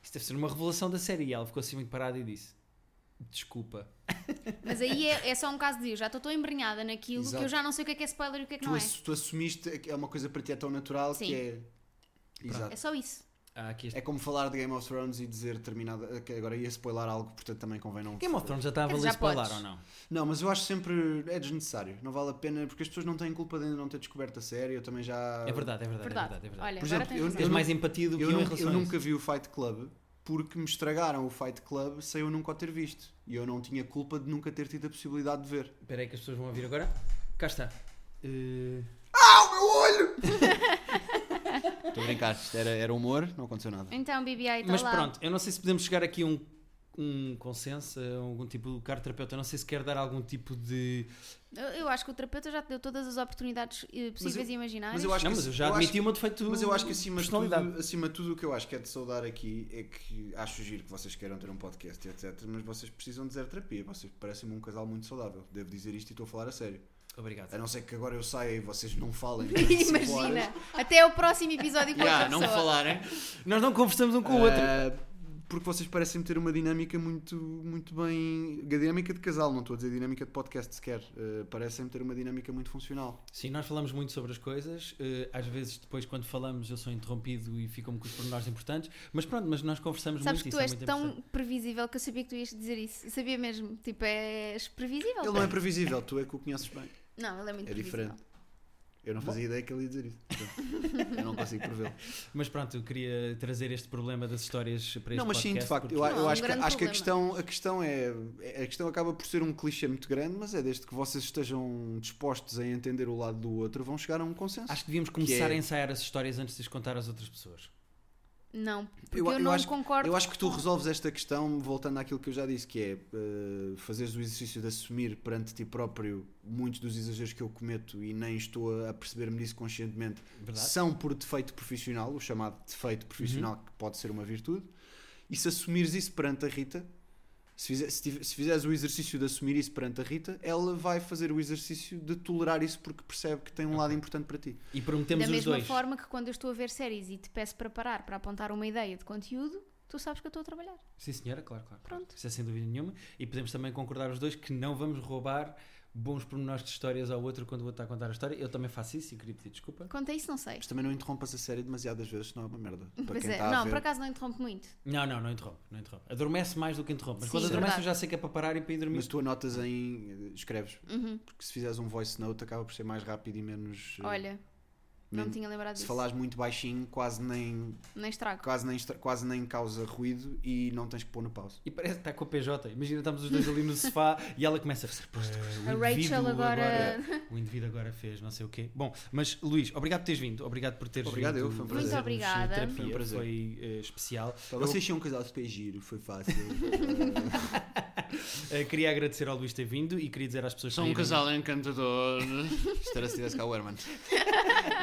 [SPEAKER 1] Isto deve ser uma revelação da série. E ela ficou assim muito parada e disse, desculpa.
[SPEAKER 2] Mas aí é, é só um caso de eu já estou tão embrenhada naquilo que
[SPEAKER 3] Exato.
[SPEAKER 2] eu já não sei o que é que é spoiler e o que é que
[SPEAKER 3] tu,
[SPEAKER 2] não é.
[SPEAKER 3] ass- tu assumiste que é uma coisa para ti é tão natural
[SPEAKER 2] Sim.
[SPEAKER 3] que é. Exato.
[SPEAKER 2] É só isso.
[SPEAKER 1] Ah, aqui este...
[SPEAKER 3] É como falar de Game of Thrones e dizer terminada. que agora ia spoiler algo, portanto também convém não.
[SPEAKER 1] É Game of Thrones já está a
[SPEAKER 2] Quer
[SPEAKER 1] valer
[SPEAKER 2] dizer, já
[SPEAKER 1] spoiler
[SPEAKER 2] podes.
[SPEAKER 1] ou não?
[SPEAKER 3] Não, mas eu acho sempre é desnecessário. Não vale a pena porque as pessoas não têm culpa de ainda não ter descoberto a série. Eu também já.
[SPEAKER 1] É verdade, é verdade,
[SPEAKER 2] Verdade.
[SPEAKER 1] é verdade. É verdade.
[SPEAKER 2] Olha,
[SPEAKER 3] Por
[SPEAKER 2] agora
[SPEAKER 3] exemplo,
[SPEAKER 2] tens
[SPEAKER 3] eu-
[SPEAKER 2] razão.
[SPEAKER 1] Tens
[SPEAKER 3] eu
[SPEAKER 1] mais empatia do que eu,
[SPEAKER 3] Eu,
[SPEAKER 1] em
[SPEAKER 3] nu-
[SPEAKER 1] relação a
[SPEAKER 3] eu
[SPEAKER 1] isso.
[SPEAKER 3] nunca vi o Fight Club porque me estragaram o Fight Club sem eu nunca o ter visto. E eu não tinha culpa de nunca ter tido a possibilidade de ver.
[SPEAKER 1] Espera aí que as pessoas vão ouvir agora. Cá está. Eh,
[SPEAKER 3] Ah, o meu olho! Estou a brincar, isto era, era humor, não aconteceu nada.
[SPEAKER 2] Então, BB-8, está
[SPEAKER 1] Mas
[SPEAKER 2] lá.
[SPEAKER 1] pronto, eu não sei se podemos chegar aqui a um, um consenso, a algum tipo de caro terapeuta. Eu não sei se quer dar algum tipo de.
[SPEAKER 2] Eu, eu acho que o terapeuta já te deu todas as oportunidades eh, possíveis
[SPEAKER 3] eu-
[SPEAKER 2] e imaginárias. (laughs)
[SPEAKER 3] mas eu acho
[SPEAKER 1] não,
[SPEAKER 3] que
[SPEAKER 1] mas
[SPEAKER 3] se-
[SPEAKER 1] eu já
[SPEAKER 3] eu
[SPEAKER 1] admiti
[SPEAKER 3] acho que-
[SPEAKER 1] o meu defeito.
[SPEAKER 3] Mas eu acho que acima de, tudo,
[SPEAKER 1] personalidade.
[SPEAKER 3] acima de tudo o que eu acho que é de saudar aqui é que acho giro que vocês queiram ter um podcast e etc. Mas vocês precisam de zero terapia. Vocês parecem-me um casal muito saudável. Devo dizer isto e estou a falar a sério.
[SPEAKER 1] Obrigado.
[SPEAKER 3] A não ser que agora eu saia e vocês não falem. durante cinco horas.
[SPEAKER 2] Imagina, até ao próximo episódio com
[SPEAKER 3] Yeah,
[SPEAKER 2] outra
[SPEAKER 3] não
[SPEAKER 2] pessoa.
[SPEAKER 3] falarem.
[SPEAKER 1] Nós não conversamos um com o outro.
[SPEAKER 3] Ah, porque vocês parecem ter uma dinâmica muito, muito bem. A dinâmica de casal, não estou a dizer dinâmica de podcast sequer. Ah, parecem ter uma dinâmica muito funcional.
[SPEAKER 1] Sim, nós falamos muito sobre as coisas. eh, às vezes, depois, quando falamos, eu sou interrompido e ficam-me com os pormenores importantes. Mas pronto, mas nós conversamos
[SPEAKER 2] Sabes
[SPEAKER 1] muito
[SPEAKER 2] que
[SPEAKER 1] isso
[SPEAKER 2] tu
[SPEAKER 1] é
[SPEAKER 2] és
[SPEAKER 1] muito importante.
[SPEAKER 2] tão previsível que eu sabia que tu ias dizer isso. Eu sabia mesmo. Tipo, és previsível.
[SPEAKER 3] Ele não é previsível, tu é que o conheces bem.
[SPEAKER 2] Não, ele é muito
[SPEAKER 3] É
[SPEAKER 2] previsível.
[SPEAKER 3] diferente. Eu não fazia ideia que ele ia dizer isso. Portanto, eu não consigo prevê-lo.
[SPEAKER 1] Mas pronto, eu queria trazer este problema das histórias para este
[SPEAKER 3] Não, mas sim, de
[SPEAKER 1] podcast,
[SPEAKER 3] facto. Eu,
[SPEAKER 1] porque-
[SPEAKER 3] a- eu
[SPEAKER 2] Não, é um
[SPEAKER 3] acho, que,
[SPEAKER 2] grande
[SPEAKER 3] acho que a
[SPEAKER 2] problema.
[SPEAKER 3] questão, a questão é. é- A questão acaba por ser um clichê muito grande, mas é desde que vocês estejam dispostos a entender o lado do outro, vão chegar a um consenso.
[SPEAKER 1] Acho que devíamos começar
[SPEAKER 3] é-
[SPEAKER 1] a ensaiar as histórias antes de as contar às outras pessoas.
[SPEAKER 2] Não, porque
[SPEAKER 3] Eu-
[SPEAKER 2] eu,
[SPEAKER 3] eu
[SPEAKER 2] não
[SPEAKER 3] acho-
[SPEAKER 2] concordo.
[SPEAKER 3] Eu acho que tu
[SPEAKER 2] com-
[SPEAKER 3] resolves esta questão voltando àquilo que eu já disse, que é eh, fazeres o exercício de assumir perante ti próprio muitos dos exageros que eu cometo e nem estou a perceber-me disso conscientemente,
[SPEAKER 1] Verdade?
[SPEAKER 3] são por defeito profissional, o chamado defeito profissional, que pode ser uma virtude, e se assumires isso perante a Rita, se, fizer- se tive- se fizeres o exercício de assumir isso perante a Rita, ela vai fazer o exercício de tolerar isso porque percebe que tem um lado importante para ti.
[SPEAKER 1] E prometemos
[SPEAKER 2] da
[SPEAKER 1] os
[SPEAKER 2] mesma
[SPEAKER 1] dois.
[SPEAKER 2] forma que quando eu estou a ver séries e te peço para parar para apontar uma ideia de conteúdo, tu sabes que eu estou a trabalhar.
[SPEAKER 1] Sim, senhora, claro, claro.
[SPEAKER 2] Pronto.
[SPEAKER 1] Isso é sem dúvida nenhuma. E podemos também concordar os dois que não vamos roubar bons pormenores de histórias ao outro quando o outro está a contar a história. Eu também faço isso e queria pedir desculpa.
[SPEAKER 2] Conta isso, não sei.
[SPEAKER 3] Mas também não interrompas a série demasiadas vezes, senão é uma merda. Para
[SPEAKER 2] Pois
[SPEAKER 3] quem
[SPEAKER 2] é,
[SPEAKER 3] está a
[SPEAKER 2] não,
[SPEAKER 3] ver.
[SPEAKER 2] por acaso não interrompe muito.
[SPEAKER 1] Não, não, não interrompe, não interrompe. Adormece mais do que interrompe. Mas
[SPEAKER 2] Sim,
[SPEAKER 1] quando adormece eu já
[SPEAKER 2] verdade.
[SPEAKER 1] sei que é para parar e para ir dormir.
[SPEAKER 3] Mas tu anotas em. eh, escreves.
[SPEAKER 2] Uhum.
[SPEAKER 3] Porque se fizeres um voice note acaba por ser mais rápido e menos. eh,
[SPEAKER 2] Olha, não me
[SPEAKER 3] menos-
[SPEAKER 2] tinha lembrado
[SPEAKER 3] Se
[SPEAKER 2] disso.
[SPEAKER 3] falares muito baixinho, quase nem,
[SPEAKER 2] Nem estrago.
[SPEAKER 3] quase, nem, estra- quase nem causa ruído e não tens que pôr no pause.
[SPEAKER 1] E parece que está com a PJ. Imagina, estamos os dois ali no sofá e ela começa a fazer. "Pô,
[SPEAKER 3] Eh,
[SPEAKER 1] o
[SPEAKER 2] A
[SPEAKER 1] indivíduo
[SPEAKER 2] Rachel agora.
[SPEAKER 1] O indivíduo agora fez não sei o quê. Bom, mas Luís, obrigado por teres vindo. Obrigado por teres
[SPEAKER 3] Obrigado,
[SPEAKER 1] vindo.
[SPEAKER 3] eu, foi um
[SPEAKER 1] fazer-nos
[SPEAKER 3] prazer. Muito
[SPEAKER 2] obrigada.
[SPEAKER 1] terapia,
[SPEAKER 3] Foi um prazer.
[SPEAKER 1] Foi eh, especial.
[SPEAKER 3] Vocês tinham um casal super giro, foi (laughs) fácil.
[SPEAKER 1] Eh, queria agradecer ao Luís ter vindo e queria dizer às pessoas
[SPEAKER 4] Sou um
[SPEAKER 1] que irem-
[SPEAKER 4] casal encantador. Isto era se tivesse cá o Herman.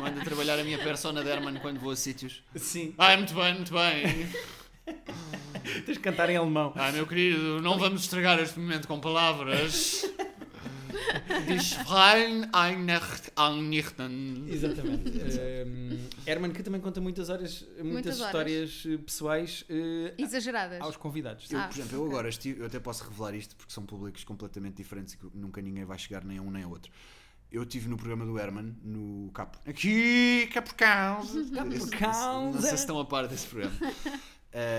[SPEAKER 4] Manda trabalhar a minha persona de Herman quando vou a sítios.
[SPEAKER 1] Sim,
[SPEAKER 4] Ai, muito bem, muito bem.
[SPEAKER 1] tens de cantar em alemão.
[SPEAKER 4] Ai, meu querido, não vamos estragar este momento com palavras. Diz Freien Einnacht Annichten.
[SPEAKER 1] Exatamente. Ehm, Herman, que também conta muitas horas, muitas,
[SPEAKER 2] Muitas horas.
[SPEAKER 1] histórias eh, pessoais eh,
[SPEAKER 2] (laughs) Exageradas.
[SPEAKER 1] aos convidados.
[SPEAKER 3] Eu,
[SPEAKER 2] Ah,
[SPEAKER 3] por exemplo, eu
[SPEAKER 2] ok.
[SPEAKER 3] agora estive, eu até posso revelar isto porque são públicos completamente diferentes e que nunca ninguém vai chegar nem a um nem a outro. Eu estive no programa do Herman, no Capo. Aqui, Capo Causa. Capo
[SPEAKER 4] Não
[SPEAKER 2] é.
[SPEAKER 4] sei se
[SPEAKER 1] Causa.
[SPEAKER 4] estão a par desse programa.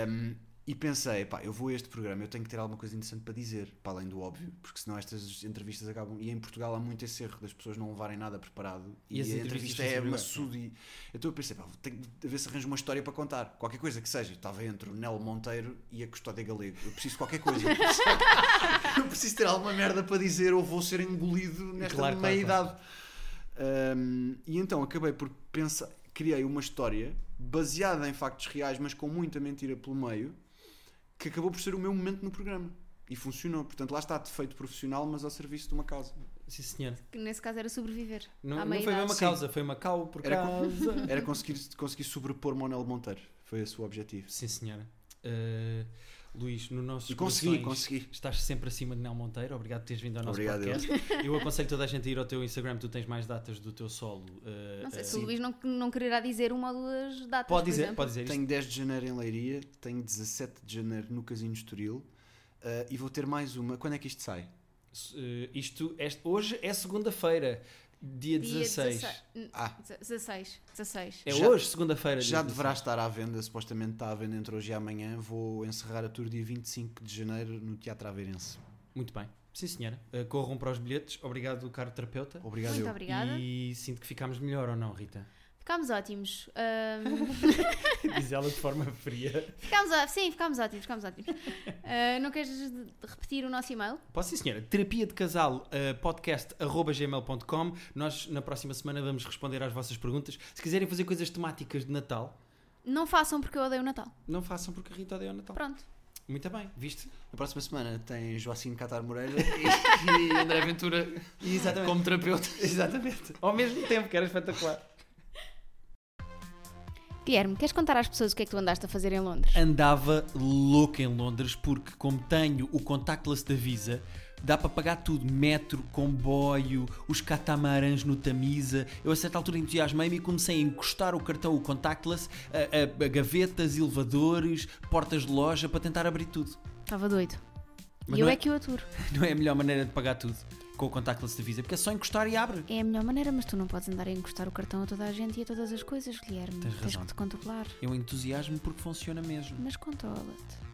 [SPEAKER 3] Um, e pensei, pá, eu vou a este programa, eu tenho que ter alguma coisa interessante para dizer, para além do óbvio, porque senão estas entrevistas acabam. E em Portugal há muito esse erro das pessoas não levarem nada preparado e,
[SPEAKER 1] E
[SPEAKER 3] a
[SPEAKER 1] as entrevistas
[SPEAKER 3] entrevista
[SPEAKER 1] são
[SPEAKER 3] é
[SPEAKER 1] sobre o
[SPEAKER 3] uma sudi.
[SPEAKER 1] é?
[SPEAKER 3] Então eu pensei, pá, vou ter que ver se arranjo uma história para contar, qualquer coisa que seja. Estava entre o Nel Monteiro e a Custódia Galego, eu preciso de qualquer
[SPEAKER 1] (laughs)
[SPEAKER 3] coisa, eu preciso, (laughs) eu preciso ter alguma merda para dizer ou vou ser engolido nesta
[SPEAKER 1] Claro, claro,
[SPEAKER 3] meia idade. Um, e então acabei por pensar, criei uma história baseada em factos reais, mas com muita mentira pelo meio, que acabou por ser o meu momento no programa. E funcionou. Portanto, lá está, defeito profissional, mas ao serviço de uma causa.
[SPEAKER 1] Sim, senhor.
[SPEAKER 2] Que nesse caso era sobreviver.
[SPEAKER 1] Não,
[SPEAKER 2] à
[SPEAKER 1] não
[SPEAKER 2] meia
[SPEAKER 1] foi
[SPEAKER 2] idade.
[SPEAKER 1] mesmo a causa, foi Macau por
[SPEAKER 3] Era
[SPEAKER 1] causa.
[SPEAKER 3] Era conseguir, conseguir sobrepor Monel Monteiro. Foi esse o objetivo.
[SPEAKER 1] Sim, senhora. Eh, Luís, no nosso
[SPEAKER 3] E consegui,
[SPEAKER 1] corações,
[SPEAKER 3] consegui.
[SPEAKER 1] Estás sempre acima de Nel Monteiro, obrigado por teres vindo ao nosso
[SPEAKER 3] Obrigado, eu.
[SPEAKER 1] podcast. Eu aconselho toda a gente a ir ao teu Instagram, tu tens mais datas do teu solo. eh,
[SPEAKER 2] Não sei
[SPEAKER 1] eh,
[SPEAKER 2] se o Luís não, não quererá dizer uma ou duas datas.
[SPEAKER 1] Pode
[SPEAKER 2] por
[SPEAKER 1] dizer,
[SPEAKER 2] exemplo.
[SPEAKER 1] pode dizer.
[SPEAKER 3] Tenho 10 de janeiro em Leiria, tenho 17 de janeiro no Casino de Estoril ah, e vou ter mais uma. Quando é que isto sai?
[SPEAKER 1] Isto, eh, isto- este- hoje é segunda-feira, dia,
[SPEAKER 2] Dia
[SPEAKER 1] 16.
[SPEAKER 2] 16.
[SPEAKER 3] Ah.
[SPEAKER 2] 16. 16.
[SPEAKER 1] É
[SPEAKER 3] Já-
[SPEAKER 1] hoje, segunda-feira. assim.
[SPEAKER 3] Já
[SPEAKER 1] dia
[SPEAKER 3] deverá estar à venda, supostamente está à venda entre hoje e amanhã. Vou encerrar a tour dia 25 de janeiro no Teatro Aveirense.
[SPEAKER 1] Muito bem. Sim, senhora. Eh, corram para os bilhetes. Obrigado, caro terapeuta.
[SPEAKER 3] Obrigado,
[SPEAKER 2] Muito
[SPEAKER 3] eu.
[SPEAKER 2] obrigada.
[SPEAKER 1] E sinto que ficámos melhor ou não, Rita?
[SPEAKER 2] Ficámos ótimos. Ahm,
[SPEAKER 1] (laughs)
[SPEAKER 2] (laughs)
[SPEAKER 1] Diz ela de forma fria.
[SPEAKER 2] ficámos, ó- sim, ficámos ótimos, ficámos ótimos. Ah, não queres de- repetir o nosso e-mail?
[SPEAKER 1] Posso sim, senhora. Terapia de casal eh, podcast arroba gmail.com. Nós na próxima semana vamos responder às vossas perguntas. Se quiserem fazer coisas temáticas de Natal,
[SPEAKER 2] Não façam porque eu odeio o Natal.
[SPEAKER 1] não façam porque a Rita odeia o Natal.
[SPEAKER 2] Pronto.
[SPEAKER 1] Muito bem, viste?
[SPEAKER 3] Na próxima semana tem Joaquim Catar Moreira.
[SPEAKER 4] E André Ventura como terapeuta.
[SPEAKER 1] Exatamente. Ao mesmo tempo, que era espetacular.
[SPEAKER 2] Guilherme, queres contar às pessoas o que é que tu andaste a fazer em Londres?
[SPEAKER 5] Andava louco em Londres porque, como tenho o contactless da Visa, dá para pagar tudo: metro, comboio, os catamarãs no Tamisa. Eu, a certa altura, entusiasmei-me e comecei a encostar o cartão, o contactless, a, a- a gavetas, elevadores, portas de loja para tentar abrir tudo.
[SPEAKER 2] Estava doido.
[SPEAKER 5] Mas
[SPEAKER 2] e eu
[SPEAKER 5] não
[SPEAKER 2] é...
[SPEAKER 5] é-
[SPEAKER 2] que o aturo.
[SPEAKER 5] (laughs) Não é a melhor maneira de pagar tudo com o contactless da Visa, porque é só encostar e abre.
[SPEAKER 2] É a melhor maneira, mas tu não podes andar a encostar o cartão a toda a gente e a todas as coisas, Guilherme.
[SPEAKER 5] Tens razão. É
[SPEAKER 2] que te contemplar.
[SPEAKER 5] Eu entusiasmo porque um funciona mesmo.
[SPEAKER 2] Mas controla-te.